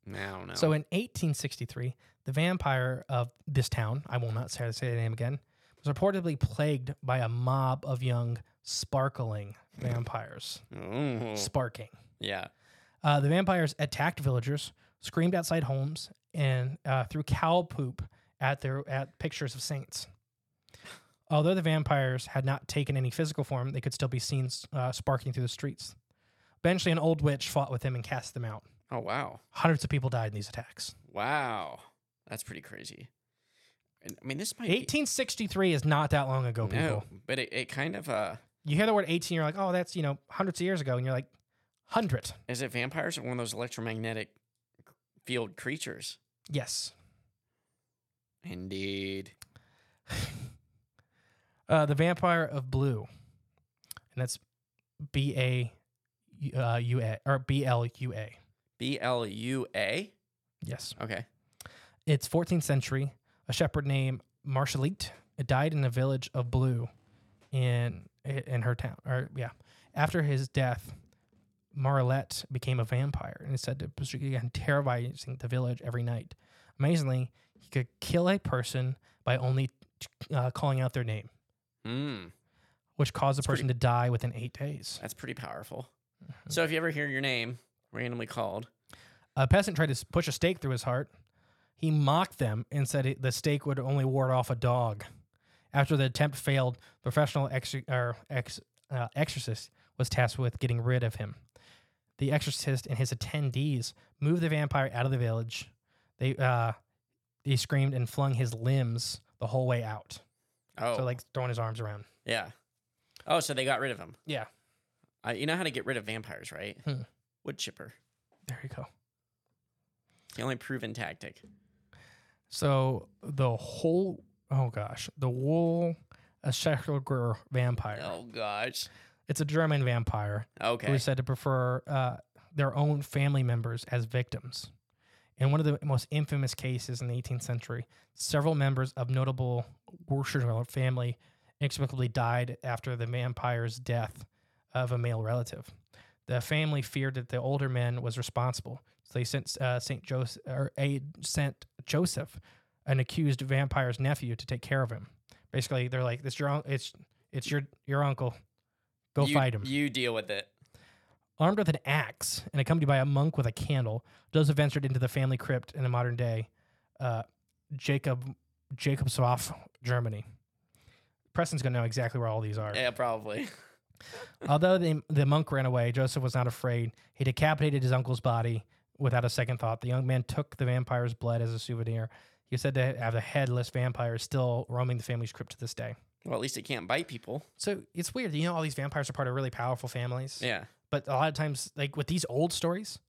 I don't know.
So in 1863, the vampire of this town, I will not say, say the name again, was reportedly plagued by a mob of young sparkling vampires.
Ooh.
Sparking.
yeah.
Uh, the vampires attacked villagers, screamed outside homes, and uh, threw cow poop at their at pictures of saints. Although the vampires had not taken any physical form, they could still be seen uh, sparking through the streets. Eventually, an old witch fought with them and cast them out.
Oh, wow.
Hundreds of people died in these attacks.
Wow. That's pretty crazy. And, I mean, this might be-
1863 is not that long ago, people.
No, but it, it kind of uh
You hear the word 18, you're like, oh, that's, you know, hundreds of years ago. And you're like, hundred.
is it vampires or one of those electromagnetic field creatures?
Yes.
Indeed.
Uh, the Vampire of Blue. And that's B A uh, U A or B L U A.
B L U A.
Yes.
Okay.
It's 14th century. A shepherd named Marshallite died in the village of Blue in in her town. Or yeah. After his death, Marlette became a vampire and is said to began terrorizing the village every night. Amazingly, he could kill a person by only uh, calling out their name,
Mm,
which caused the person to die within eight days.
that's pretty powerful.
Mm-hmm.
So if you ever hear your name randomly called,
A peasant tried to s- push a stake through his heart. He mocked them and said it, the stake would only ward off a dog. After the attempt failed, professional exor- or ex, uh, exorcist was tasked with getting rid of him. The exorcist and his attendees moved the vampire out of the village. They uh, he screamed and flung his limbs the whole way out.
oh,
So like throwing his arms around.
yeah. Oh, so they got rid of him.
Yeah.
Uh, you know how to get rid of vampires, right?
Hmm.
wood chipper.
There you go.
The only proven tactic.
So the whole oh gosh, the wool a Schechtelger vampire.
Oh gosh.
It's a German vampire who
Okay.
is said to prefer uh, their own family members as victims. In one of the most infamous cases in the 18th century, several members of notable Worcestershire family inexplicably died after the vampire's death of a male relative. The family feared that the older man was responsible, so they sent uh, Saint Joseph or a sent Joseph, an accused vampire's nephew, to take care of him. Basically, they're like, "It's your un- it's it's your your uncle. Go
you,
fight him."
You deal with it.
Armed with an axe and accompanied by a monk with a candle, Joseph ventured into the family crypt in the modern day uh, Jacob Jacobshof, Germany. Preston's gonna know exactly where all these are.
Yeah, probably. (laughs)
Although the, the monk ran away, Joseph was not afraid. He decapitated his uncle's body without a second thought. The young man took the vampire's blood as a souvenir. He was said to have a headless vampire still roaming the family's crypt to this day.
Well, at least it can't bite people.
So it's weird. You know, all these vampires are part of really powerful families.
Yeah.
But a lot of times, like with these old stories,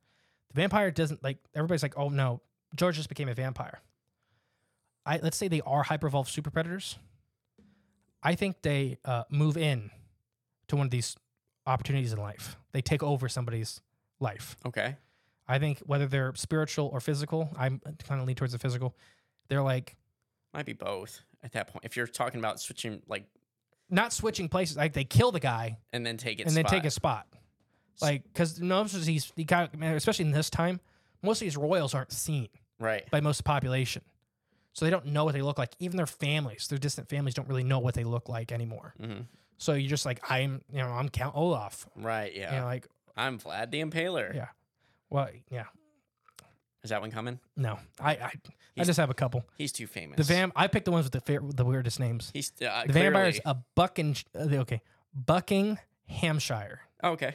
the vampire doesn't like everybody's like, oh no, George just became a vampire. I let's say they are hyper-evolved super predators. I think they uh, move in to one of these opportunities in life. They take over somebody's life.
Okay.
I think whether they're spiritual or physical, I'm kind of lean towards the physical. They're like
Might be both at that point. If you're talking about switching, like,
not switching places. Like they kill the guy
and then take it.
and then take a spot. Like because most of these, he got, especially in this time, most of these royals aren't seen.
right.
by most of the population. So they don't know what they look like. Even their families, their distant families, don't really know what they look like anymore.
Mhm.
So you're just like, I'm, you know, I'm Count Olaf.
Right. Yeah.
You know, like,
I'm Vlad the Impaler.
Yeah. well, yeah,
Is that one coming?
no, I, I, I
He's-
just have a couple.
He's too famous.
The vam, I picked the ones with the fair, the weirdest names.
He's uh,
the
clearly.
vampire's a bucking, uh, okay, Buckinghamshire,
Oh, okay.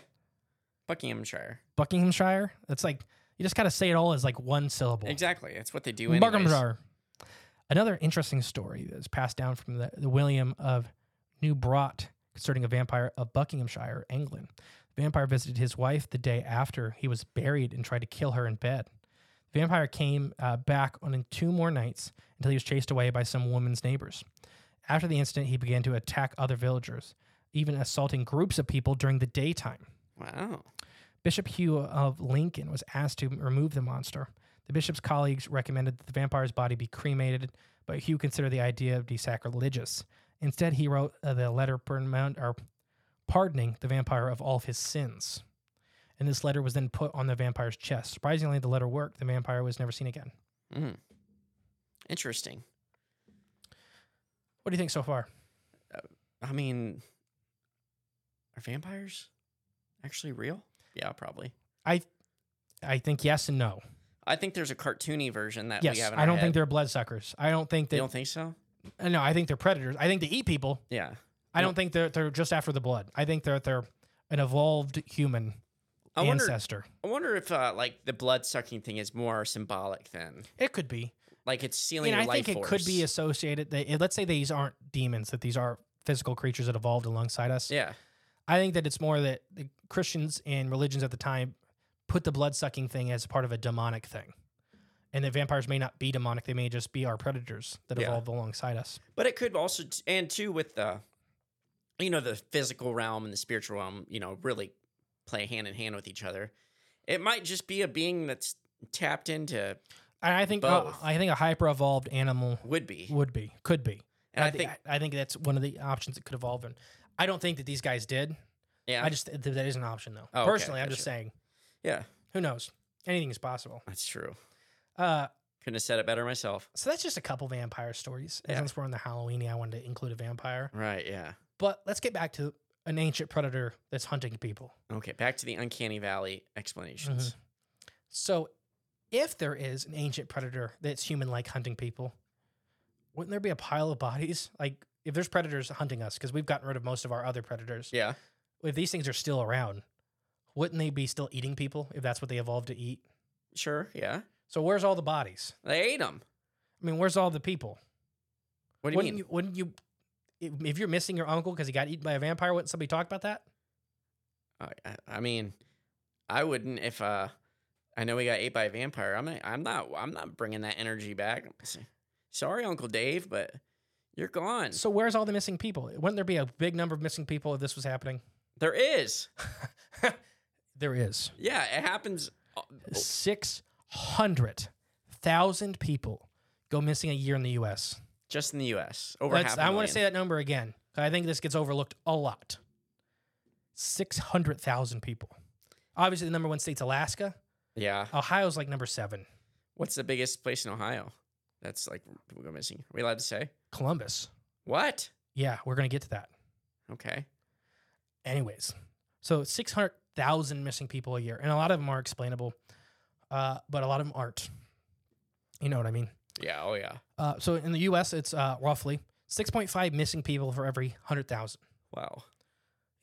Buckinghamshire.
Buckinghamshire. It's like you just gotta say it all as like one syllable.
Exactly. That's what they do. Anyways.
Buckinghamshire. Another interesting story that's passed down from the, the William of New Brought concerning a vampire of Buckinghamshire, England. The vampire visited his wife the day after he was buried and tried to kill her in bed. The vampire came uh, back on two more nights until he was chased away by some woman's neighbors. After the incident, he began to attack other villagers, even assaulting groups of people during the daytime.
Wow.
Bishop Hugh of Lincoln was asked to remove the monster. The bishop's colleagues recommended that the vampire's body be cremated, but Hugh considered the idea to be sacrilegious. Instead, he wrote uh, the letter permon- or pardoning the vampire of all of his sins. And this letter was then put on the vampire's chest. Surprisingly, the letter worked. The vampire was never seen again.
Mm. Interesting.
What do you think so far?
I mean, are vampires actually real? Yeah, probably.
I, I think yes and no.
I think there's a cartoony version that
Yes,
we have. In
I
our
don't
head.
think they're bloodsuckers. I don't think
You
that.
don't think so?
uh, no, I think they're predators. I think they eat people.
Yeah.
I
Yeah.
don't think they're they're just after the blood. I think they're they're an evolved human
I wonder.
ancestor.
I wonder if uh, like the blood sucking thing is more symbolic than
It could be.
like it's sealing
And
your
I
life
think it could be
force.
associated. They, it- let's say these aren't demons; that these are physical creatures that evolved alongside us.
yeah.
I think that it's more that the Christians and religions at the time put the blood sucking thing as part of a demonic thing, and that vampires may not be demonic; they may just be our predators that
Yeah.
evolved alongside us.
But it could also, t- and too, with the, you know, the physical realm and the spiritual realm, you know, really play hand in hand with each other. It might just be a being that's tapped into
And I think uh,
Both.
I think a hyper evolved animal
would be,
would be, could be.
and I,
thi-
think,
I think that's one of the options it could evolve in. I don't think that these guys did.
yeah,
I just th- that is an option though.
Oh, okay,
Personally, I'm just
gotcha.
saying.
yeah,
Who knows? Anything is possible.
that's true.
Uh,
Couldn't have said it better myself.
so that's just a couple vampire stories. And
Yeah.
Since we're on the Halloween, I wanted to include a vampire.
Right? Yeah.
But let's get back to an ancient predator that's hunting people.
Okay. Back to the uncanny valley explanations.
Mm-hmm. So, if there is an ancient predator that's human-like hunting people, wouldn't there be a pile of bodies? Like if there's predators hunting us, because we've gotten rid of most of our other predators.
Yeah.
If these things are still around, wouldn't they be still eating people if that's what they evolved to eat?
Sure. Yeah.
So where's all the bodies?
They ate them.
I mean, where's all the people?
What do you
wouldn't
mean?
you? Wouldn't you? if- If you're missing your uncle because he got eaten by a vampire, wouldn't somebody talk about that?
I- I, I Oh, mean, I wouldn't if uh, I know we got ate by a vampire. I'm not, I'm not I'm not bringing that energy back. Sorry, Uncle Dave, but you're gone.
So where's all the missing people? Wouldn't there be a big number of missing people if this was happening?
there is,
There is
yeah, it happens. uh, Oh.
six hundred thousand people go missing a year in the U.S.
Just in the U.S. Over
Let's-
half.
I want to say that number again. 'cause I think this gets overlooked a lot. Six hundred thousand people. Obviously, the number one state's Alaska.
Yeah.
Ohio's like number seven.
What's the biggest place in Ohio? That's like people go missing. Are we allowed to say
Columbus.
what?
Yeah, we're gonna get to that.
Okay.
Anyways, so six hundred thousand missing people a year, and a lot of them are explainable, uh, but a lot of them aren't. You know what I mean?
Yeah. Oh yeah.
Uh, so in the U.S., it's uh, roughly 6.5 missing people for every 100,000.
Wow.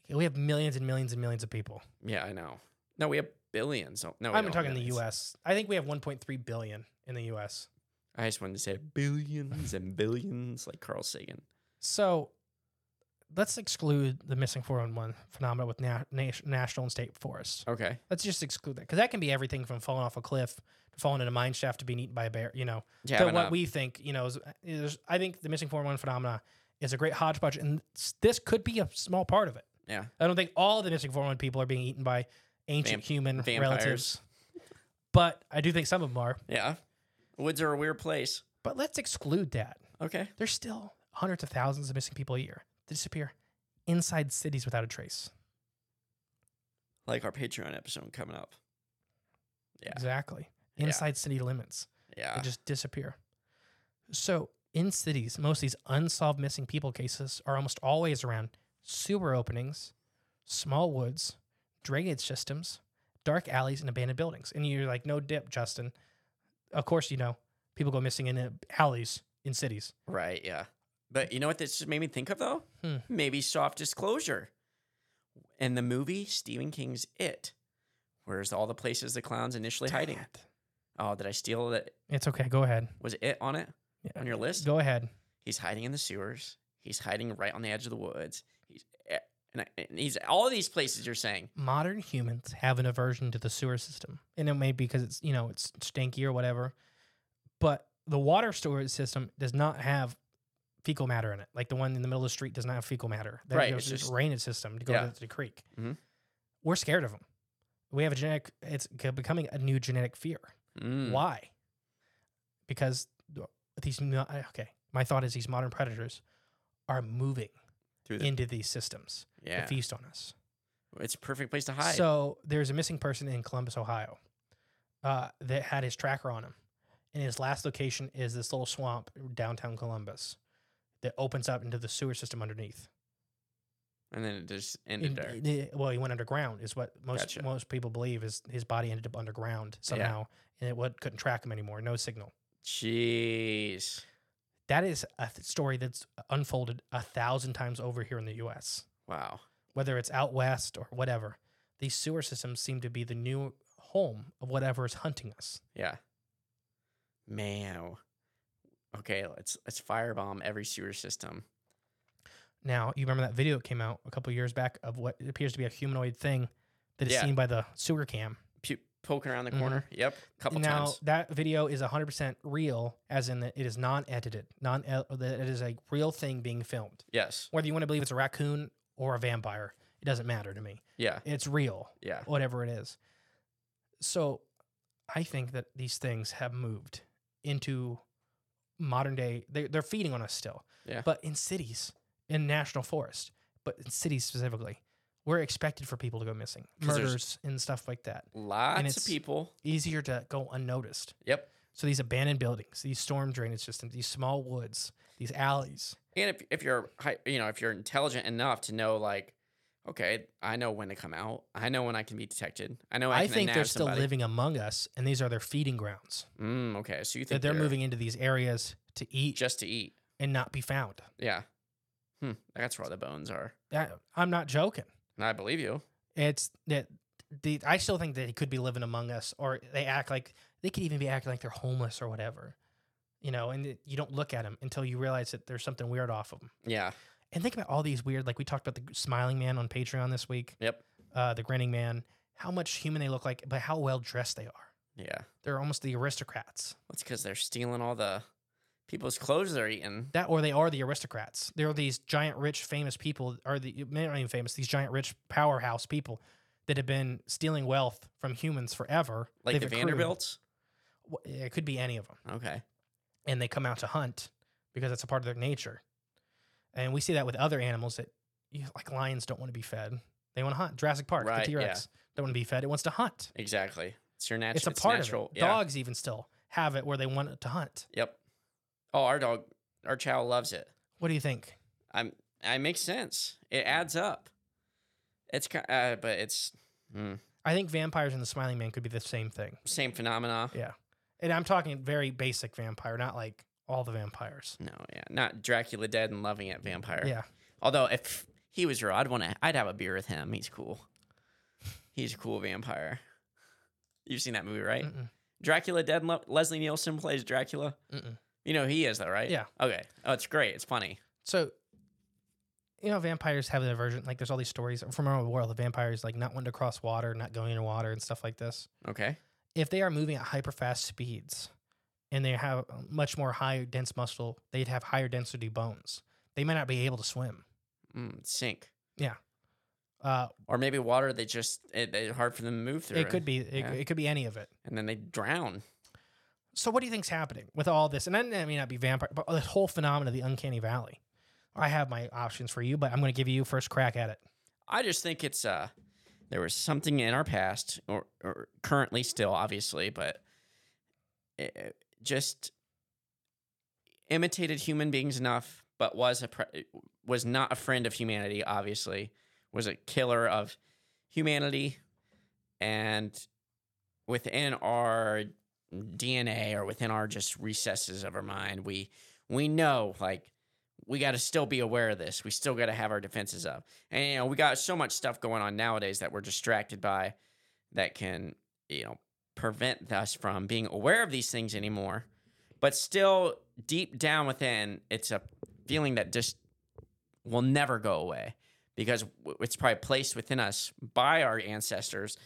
Okay, we have millions and millions and millions of people.
Yeah, I know. No, we have billions. Oh, No, we
I'm
don't,
talking in the
millions.
U.S. I think we have 1.3 billion in the U.S.
I just wanted to say billions and billions, like Carl Sagan.
So let's exclude the missing 411 phenomena with na- na- national and state forests.
Okay.
Let's just exclude that because that can be everything from falling off a cliff to falling in a mine shaft to being eaten by a bear. You know,
Yeah.
to
having
what
a-
we think, you know, is, is I think the missing 411 phenomena is a great hodgepodge, and s- this could be a small part of it.
Yeah.
I don't think all the missing 411 people are being eaten by ancient
Vamp-
human
vampires.
relatives, but I do think some of them are.
Yeah. Woods are a weird place.
But let's exclude that.
Okay.
There's still hundreds of thousands of missing people a year that disappear inside cities without a trace.
Like our Patreon episode coming up. Yeah.
Exactly.
Yeah.
Inside city limits.
Yeah.
They just disappear. So in cities, most of these unsolved missing people cases are almost always around sewer openings, small woods, drainage systems, dark alleys, and abandoned buildings. And you're like, no dip, Justin. Of course, you know people go missing in uh, alleys in cities.
Right. Yeah. But you know what this just made me think of though?
Hmm.
Maybe soft disclosure. In the movie Stephen King's It, where's all the places the clowns initially hiding?
Dang it.
Oh, did I steal that?
It's okay. Go ahead.
Was it on it
Yeah.
on your list?
Go ahead.
He's hiding in the sewers. He's hiding right on the edge of the woods. He's eh, and, I- and he's all these places you're saying.
Modern humans have an aversion to the sewer system, and it may be because it's you know it's stinky or whatever, but the water storage system does not have fecal matter in it. Like the one in the middle of the street does not have fecal matter. There
Right,
goes
it's
this
just-
drainage system to go
Yeah.
to the creek.
Mhm.
We're scared of them. We have a genetic. It's c- becoming a new genetic fear.
Mm.
Why? Because th- these mo- I- okay. My thought is these modern predators are moving
Through the,
into these systems
yeah,
to feast on us.
it's a perfect place to hide.
So there's a missing person in Columbus, Ohio, uh, that had his tracker on him, and his last location is this little swamp downtown Columbus that opens up into the sewer system underneath.
and then it just ended
In-
there.
in- well, he went underground, is what most
Gotcha.
most people believe. Is his body ended up underground somehow, and it what, couldn't track him anymore, no signal.
Jeez,
That is a th- story that's unfolded a thousand times over here in the U.S.
wow.
whether it's out west or whatever. These sewer systems seem to be the new home of whatever is hunting us.
Yeah. Man. Okay, let's let's firebomb every sewer system.
now you remember that video that came out a couple years back of what appears to be a humanoid thing that is
Yeah.
seen by the sewer cam
Pu- poking around the
Mhm.
corner. Yep. Couple
now
times.
that video is 100% real as in that it is non-edited non uh, that it is a real thing being filmed
Yes.
whether you want to believe it's a raccoon or a vampire it doesn't matter to me
Yeah.
it's real
Yeah.
whatever it is so i think that these things have moved into modern day they, they're feeding on us still
Yeah.
but in cities in national forest but in cities specifically we're expected for people to go missing
'Cause there's-
murders and stuff like that
Lots
it's-
of people.
easier to go unnoticed
Yep.
so these abandoned buildings these storm drainage systems these small woods these alleys
And if if you're hi- you know if you're intelligent enough to know like, okay, I know when to come out. I know when I can be detected. I know Oh, I,
i,
can
think they're
nab
still
somebody.
living among us and these are their feeding grounds
Mm, okay, so you think
that they're moving into these areas to eat
just to eat?
and not be found
Yeah. Hmm. That's where all the bones are.
that, i'm not joking
And I believe you.
It's that the I still think that he could be living among us, or they act like they could even be acting like they're homeless or whatever, you know. And it- you don't look at him until you realize that there's something weird off of him.
Yeah.
And think about all these weird, like we talked about the g- smiling man on Patreon this week,
Yep.
uh, the grinning man, how much human they look like, but how well dressed they are.
Yeah.
They're almost the aristocrats.
That's because they're stealing all the people's clothes they're eating.
That or they are the aristocrats. They're these giant, rich, famous people, or the they're not even famous. These giant, rich, powerhouse people that have been stealing wealth from humans forever.
Like
They've
the
accrued.
Vanderbilts.
Wh- It could be any of them,
Okay.
and they come out to hunt because it's a part of their nature. And we see that with other animals that, you, like lions, don't want to be fed. They want to hunt. Jurassic Park,
Right, yeah.
the T Rex, don't want to be fed. It wants to hunt.
Exactly. It's your natural.
it's a part
natural.
of it.
Yeah.
Dogs even still have it where they want it to hunt.
Yep. Oh, our dog, our chow loves it.
What do you think?
I'm. It makes sense. It adds up. It's ki- uh, but it's mm,
I think vampires and the Smiling Man could be the same thing.
same phenomena.
Yeah. And I'm talking very basic vampire, not like all the vampires.
No, yeah, not Dracula dead and loving it vampire.
Yeah.
Although if he was real, I'd want to. I'd have a beer with him. He's cool. He's a cool vampire. You've seen that movie, right?
Mm-mm.
Dracula Dead. and Lo- Leslie Nielsen plays Dracula.
Mm-mm.
You know who he is though, right?
Yeah.
Okay. Oh, it's great. It's funny.
So, you know, vampires have the aversion. Like, there's all these stories from around the world of vampires, like not wanting to cross water, not going into water, and stuff like this.
Okay.
If they are moving at hyper fast speeds and they have much more high dense muscle, they'd have higher density bones. They may not be able to swim.
Mm, sink.
Uh,
Or maybe water. They just it, it's hard for them to move through.
it could be it,
Yeah.
it could be any of it.
and then they drown.
So what do you think's happening with all this? And I I may not be vampire, but this whole phenomenon of the uncanny valley. I have my options for you, but I'm going to give you first crack at it.
I just think it's uh there was something in our past or, or currently still obviously, but it, it just imitated human beings enough, but was a pre- was not a friend of humanity. Obviously, was a killer of humanity, and within our DNA or within our just recesses of our mind, we we know like we got to still be aware of this. We still got to have our defenses up. And you know, we got so much stuff going on nowadays that we're distracted by that can, you know, prevent us from being aware of these things anymore. But still deep down within, it's a feeling that just will never go away because w- it's probably placed within us by our ancestors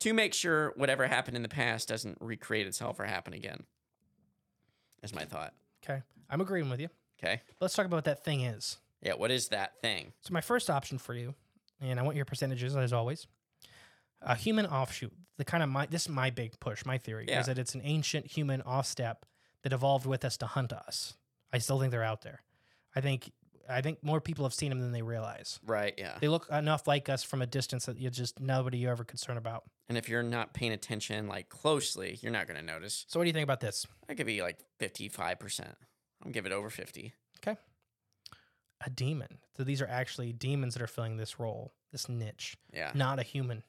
to make sure whatever happened in the past doesn't recreate itself or happen again. Is my thought.
Okay, I'm agreeing with you.
Okay.
Let's talk about what that thing is.
Yeah, what is that thing?
So my first option for you, and I want your percentages as always. A human offshoot. The kind of my this is my big push. My theory
Yeah.
is that it's an ancient human offstep that evolved with us to hunt us. I still think they're out there. I think I think more people have seen them than they realize.
Right, yeah.
They look enough like us from a distance that you're just nobody you're ever concerned about.
And if you're not paying attention like closely, you're not going to notice.
So what do you think about this?
That could be like 55%. I'll give it over 50.
A demon. So these are actually demons that are filling this role, this niche,
Yeah.
not a human.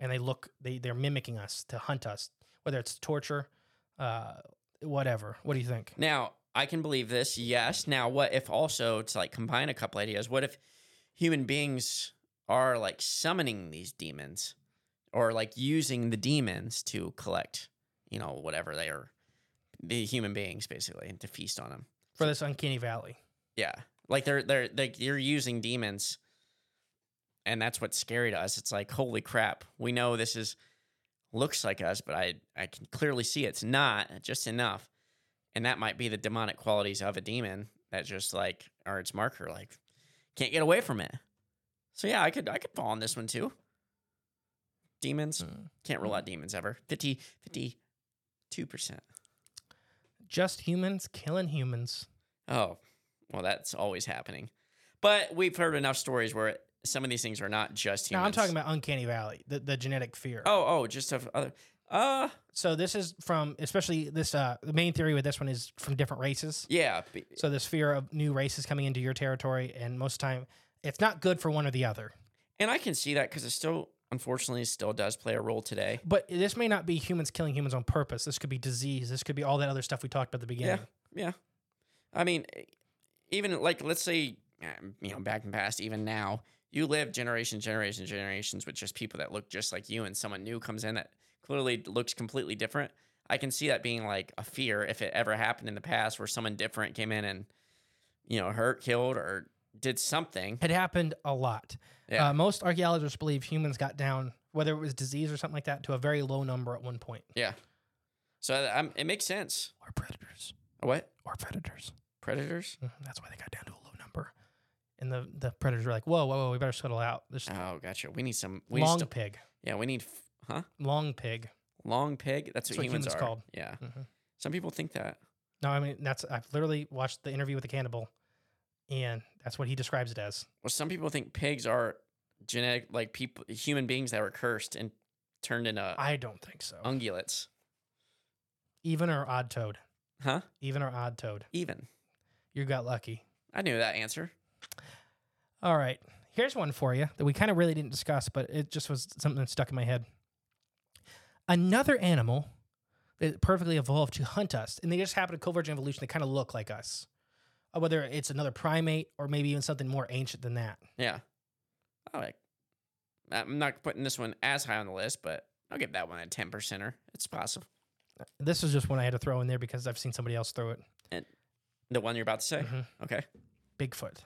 And they look they they're mimicking us to hunt us, whether it's torture, uh, whatever. What do you think?
Now, I can believe this. Yes. Now, what if also to like combine a couple ideas? What if human beings are like summoning these demons or like using the demons to collect, you know, whatever they are, the human beings basically, and to feast on them?
For this uncanny valley.
Yeah. Like they're they're like you're using demons. And that's what's scary to us. It's like, holy crap, we know this is looks like us, but I I can clearly see it's not just enough. And that might be the demonic qualities of a demon that just like are its marker, like can't get away from it. So yeah, I could I could fall on this one too. Demons. Can't rule out demons ever. 50 52 percent.
Just humans killing humans.
Oh, well, that's always happening. But we've heard enough stories where some of these things are not just
No,
humans.
I'm talking about uncanny valley, the, the genetic fear.
Oh, oh, just of other. Uh,
So this is from especially this uh the main theory with this one is from different races.
yeah. b-
So this fear of new races coming into your territory, and most time, it's not good for one or the other.
And I can see that because it still, unfortunately, still does play a role today.
But this may not be humans killing humans on purpose. This could be disease. This could be all that other stuff we talked about at the beginning.
Yeah. I mean, e- even like, let's say, um, you know, back in the past, even now, you live generations, generations, generations with just people that look just like you, and someone new comes in that clearly looks completely different. I can see that being like a fear if it ever happened in the past where someone different came in and, you know, hurt, killed, or did something.
It happened a lot.
Yeah. um,
Uh, most archaeologists believe humans got down. whether it was disease or something like that, to a very low number at one point.
Yeah. So I, I'm, it makes sense.
Or predators.
What?
Or predators.
Predators?
Mhm, That's why they got down to a low number. And the, the predators were like, whoa, whoa, whoa, we better settle out. There's
Oh, gotcha. We need some. We
long
need st-
pig.
yeah, we need. f- Huh?
Long pig.
Long pig? That's, what, humans, are.
called.
Yeah.
Mhm.
Some people think that.
No, I mean, that's, I've literally watched the interview with the cannibal, and that's what he describes it as.
Well, some people think pigs are genetic, like people, human beings that were cursed and turned into
I don't think so.
Um, ungulates.
Even or odd toad.
Huh?
Even or odd toad.
Even.
You got lucky.
I knew that answer.
All right. Here's one for you that we kind of really didn't discuss, but it just was something that stuck in my head. Another animal that perfectly evolved to hunt us, and they just happen to converge in evolution. They kind of look like us, Uh, whether it's another primate or maybe even something more ancient than that.
Yeah. I like. I'm not putting this one as high on the list, but I'll give that one a ten percenter. It's possible.
This is just one I had to throw in there because I've seen somebody else throw it.
The one you're about to say.
Mhm.
Okay.
Bigfoot.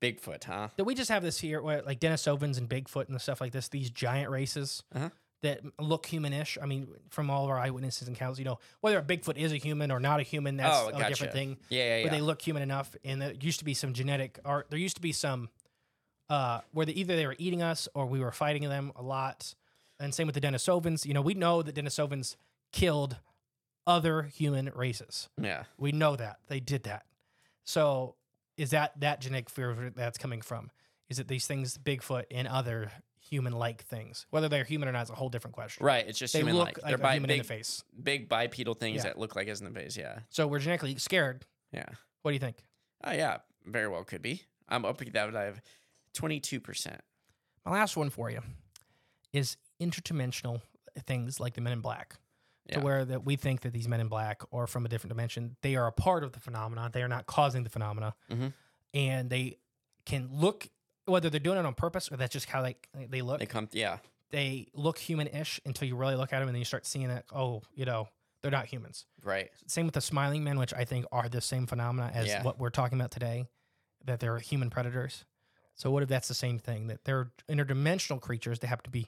Bigfoot, huh?
That we just have this here, where, like Denisovans and Bigfoot and stuff like this. These giant races
Uh-huh.
that look humanish. I mean, from all of our eyewitnesses and counts, you know, whether a Bigfoot is a human or not a human, that's
oh,
a
gotcha.
different thing.
Yeah, yeah,
where
yeah.
they look human enough. And there used to be some genetic, or there used to be some uh, where they, either they were eating us or we were fighting them a lot. And same with the Denisovans. You know, we know that Denisovans killed other human races.
yeah.
We know that they did that. So is that that genetic fear where that's coming from? Is it these things, Bigfoot and other human-like things? Whether they're human or not is a whole different question.
Right. It's just
They
human
look like
They're
a
bi-
human
big,
in the face.
big bipedal things
Yeah.
that look like us in the face. Yeah.
So we're genetically scared.
Yeah.
What do you think?
Oh yeah. Very well could be. I'm upping that I have twenty two percent.
My last one for you is interdimensional things like the Men in Black,
Yeah.
to where that we think that these Men in Black are from a different dimension. They are a part of the phenomenon. They are not causing the phenomena,
Mhm.
and they can look whether they're doing it on purpose or that's just how they they look.
They
They,
come yeah.
look human-ish until you really look at them, and then you start seeing that oh, you know, they're not humans.
Right.
Same with the smiling men, which I think are the same phenomena as
Yeah.
what we're talking about today, that they're human predators. So what if that's the same thing? That they're interdimensional creatures that happen to be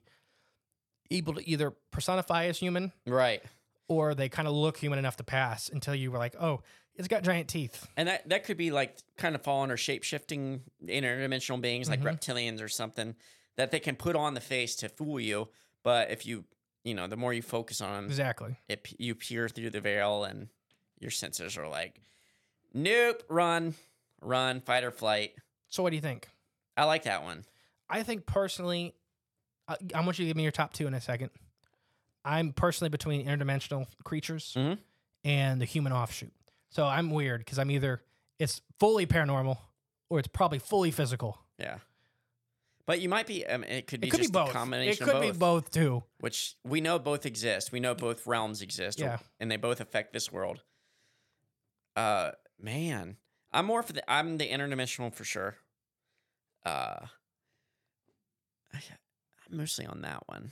able to either personify as human
Right.
or they kind of look human enough to pass until you were like, oh, it's got giant teeth.
And that, that could be like kind of fall under shape shifting interdimensional beings
Mm-hmm.
like reptilians or something that they can put on the face to fool you. But if you, you know, the more you focus on 'em,
Exactly.
it, p- you peer through the veil and your sensors are like, nope, run, run, fight or flight.
So what do you think?
I like that one.
I think personally, I, I want you to give me your top two in a second. I'm personally between interdimensional creatures
Mhm.
and the human offshoot. So I'm weird because I'm either it's fully paranormal or it's probably fully physical.
Yeah. But you might be, I mean, it could be
It could be
just
both.
a
It
combination
could
of
be both too.
which we know both exist. We know both realms exist,
Yeah.
and they both affect this world. Uh, man, I'm more for the I'm the interdimensional for sure. Uh, I, I'm mostly on that one.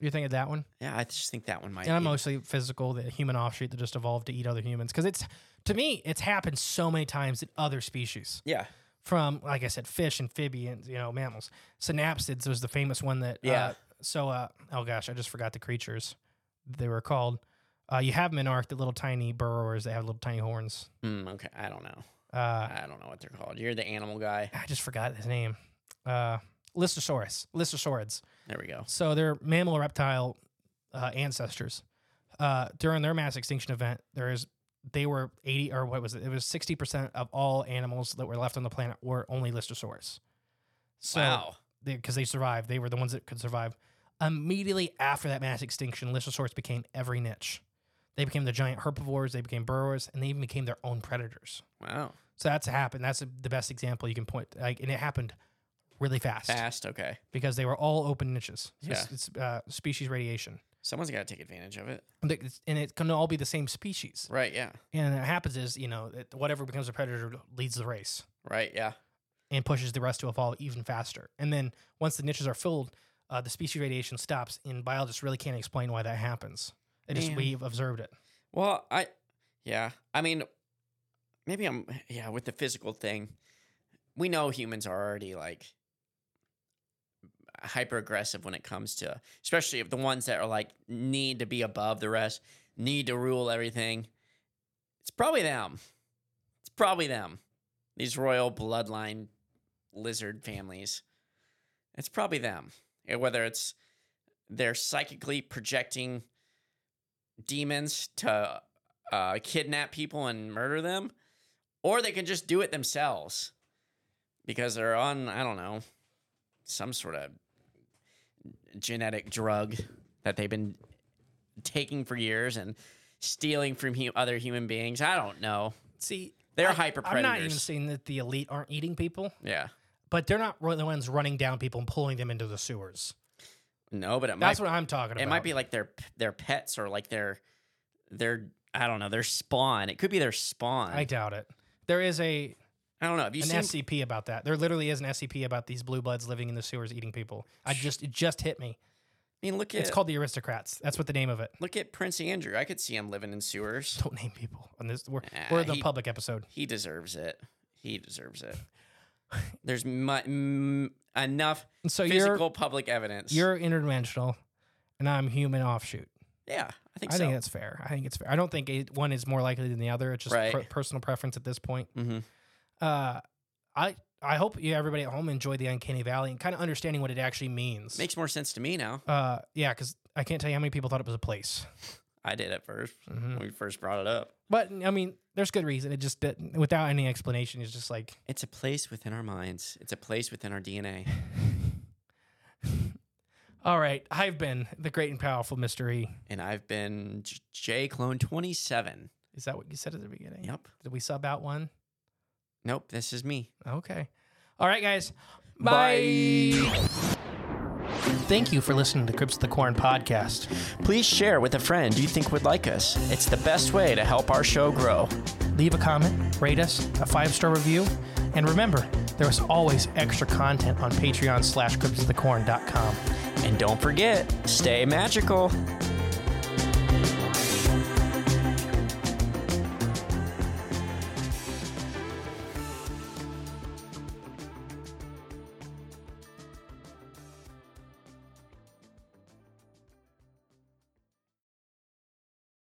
You're thinking that one,
Yeah, I just think that one might.
and I'm
be-
mostly physical, the human offshoot that just evolved to eat other humans. Because it's to me, it's happened so many times in other species.
yeah,
from like I said, fish, amphibians, you know, mammals. Synapsids was the famous one that.
Yeah.
Uh, so, uh, oh gosh, I just forgot the creatures they were called. Uh, you have monarch, the little tiny burrowers that have little tiny horns.
Hmm, okay. I don't know.
Uh,
I don't know what they're called. You're the animal guy.
I just forgot his name. Uh, Listosaurus, Listosaurids.
There we go.
So they're mammal reptile uh, ancestors. Uh, during their mass extinction event, there is they were eighty or what was it? It was sixty percent of all animals that were left on the planet were only Listosaurus. So,
wow.
because they, survived. They were the ones that could survive. Immediately after that mass extinction, Lysosaurus became every niche. They became the giant herbivores, they became burrowers, and they even became their own predators.
Wow.
So that's happened. That's the best example you can point. Like, and it happened really fast
Fast. Okay.
because they were all open niches. So
Yeah.
It's, it's, uh, species radiation,
Someone's got to take advantage of it.
And it- and it can all be the same species.
Right. Yeah.
And what happens is, you know, that whatever becomes a predator leads the race.
Right. Yeah.
and pushes the rest to evolve even faster. And then once the niches are filled, uh, the species radiation stops, and biologists really can't explain why that happens. It just
Man.
we've observed it.
Well, I, yeah, I mean, maybe I'm, yeah, with the physical thing, we know humans are already like, hyper aggressive when it comes to, especially if the ones that are like need to be above the rest, need to rule everything. It's probably them. It's probably them. These royal bloodline lizard families. It's probably them. Eh, Whether it's they're psychically projecting demons to uh, kidnap people and murder them, or they can just do it themselves because they're on, I don't know, some sort of genetic drug that they've been taking for years and stealing from hu- other human beings. I don't know.
See,
They're
I-
hyper
I'm not even
predators.
saying that the elite aren't eating people,
Yeah.
but they're not really the ones running down people and pulling them into the sewers.
No, but it might
That's what I'm talking about.
It might be like their their pets or like their their I don't know their spawn. It could be their spawn.
I
I,
doubt it. There is a
don't know. Have you
an
seen?
SCP about that. There literally is an SCP about these blue bloods living in the sewers eating people. I just it just hit me.
I mean, look at
It's called the Aristocrats. That's what the name of it. (laughs)
look at Prince Andrew. I could see him living in sewers.
Don't name people. And this we're,
Ah,
we're the
he-
public episode.
He deserves it. He deserves it. There's mu- mm, enough
And so
physical public evidence.
you're you're interdimensional, and I'm human offshoot.
yeah, I think
I
so.
think that's fair. I think it's fair. I don't think it, one is more likely than the other. It's just
Right.
per- personal preference at this point.
mm-hmm.
Uh, I I hope you everybody at home enjoyed the Uncanny Valley and kind of understanding what it actually means.
Makes more sense to me now.
uh, yeah, because I can't tell you how many people thought it was a place.
I did at 1st
Mhm.
when we first brought it up.
But I mean, there's good reason. It just didn't, without any explanation, it's just like
It's a place within our minds. It's a place within our
(laughs)
DNA.
All right, I've been the great and powerful mystery.
And I've been J- J Clone 27.
Is that what you said at the beginning?
Yep.
Did we sub out one?
Nope, this is me.
Okay. All right, guys.
Bye.
Thank you for listening to Crips of the Corn podcast.
Please share with a friend you think would like us. It's the best way to help our show grow.
Leave a comment, rate us, a five star review, and remember, there is always extra content on Patreon slash CripsOfTheCorn.com.
And don't forget, stay magical.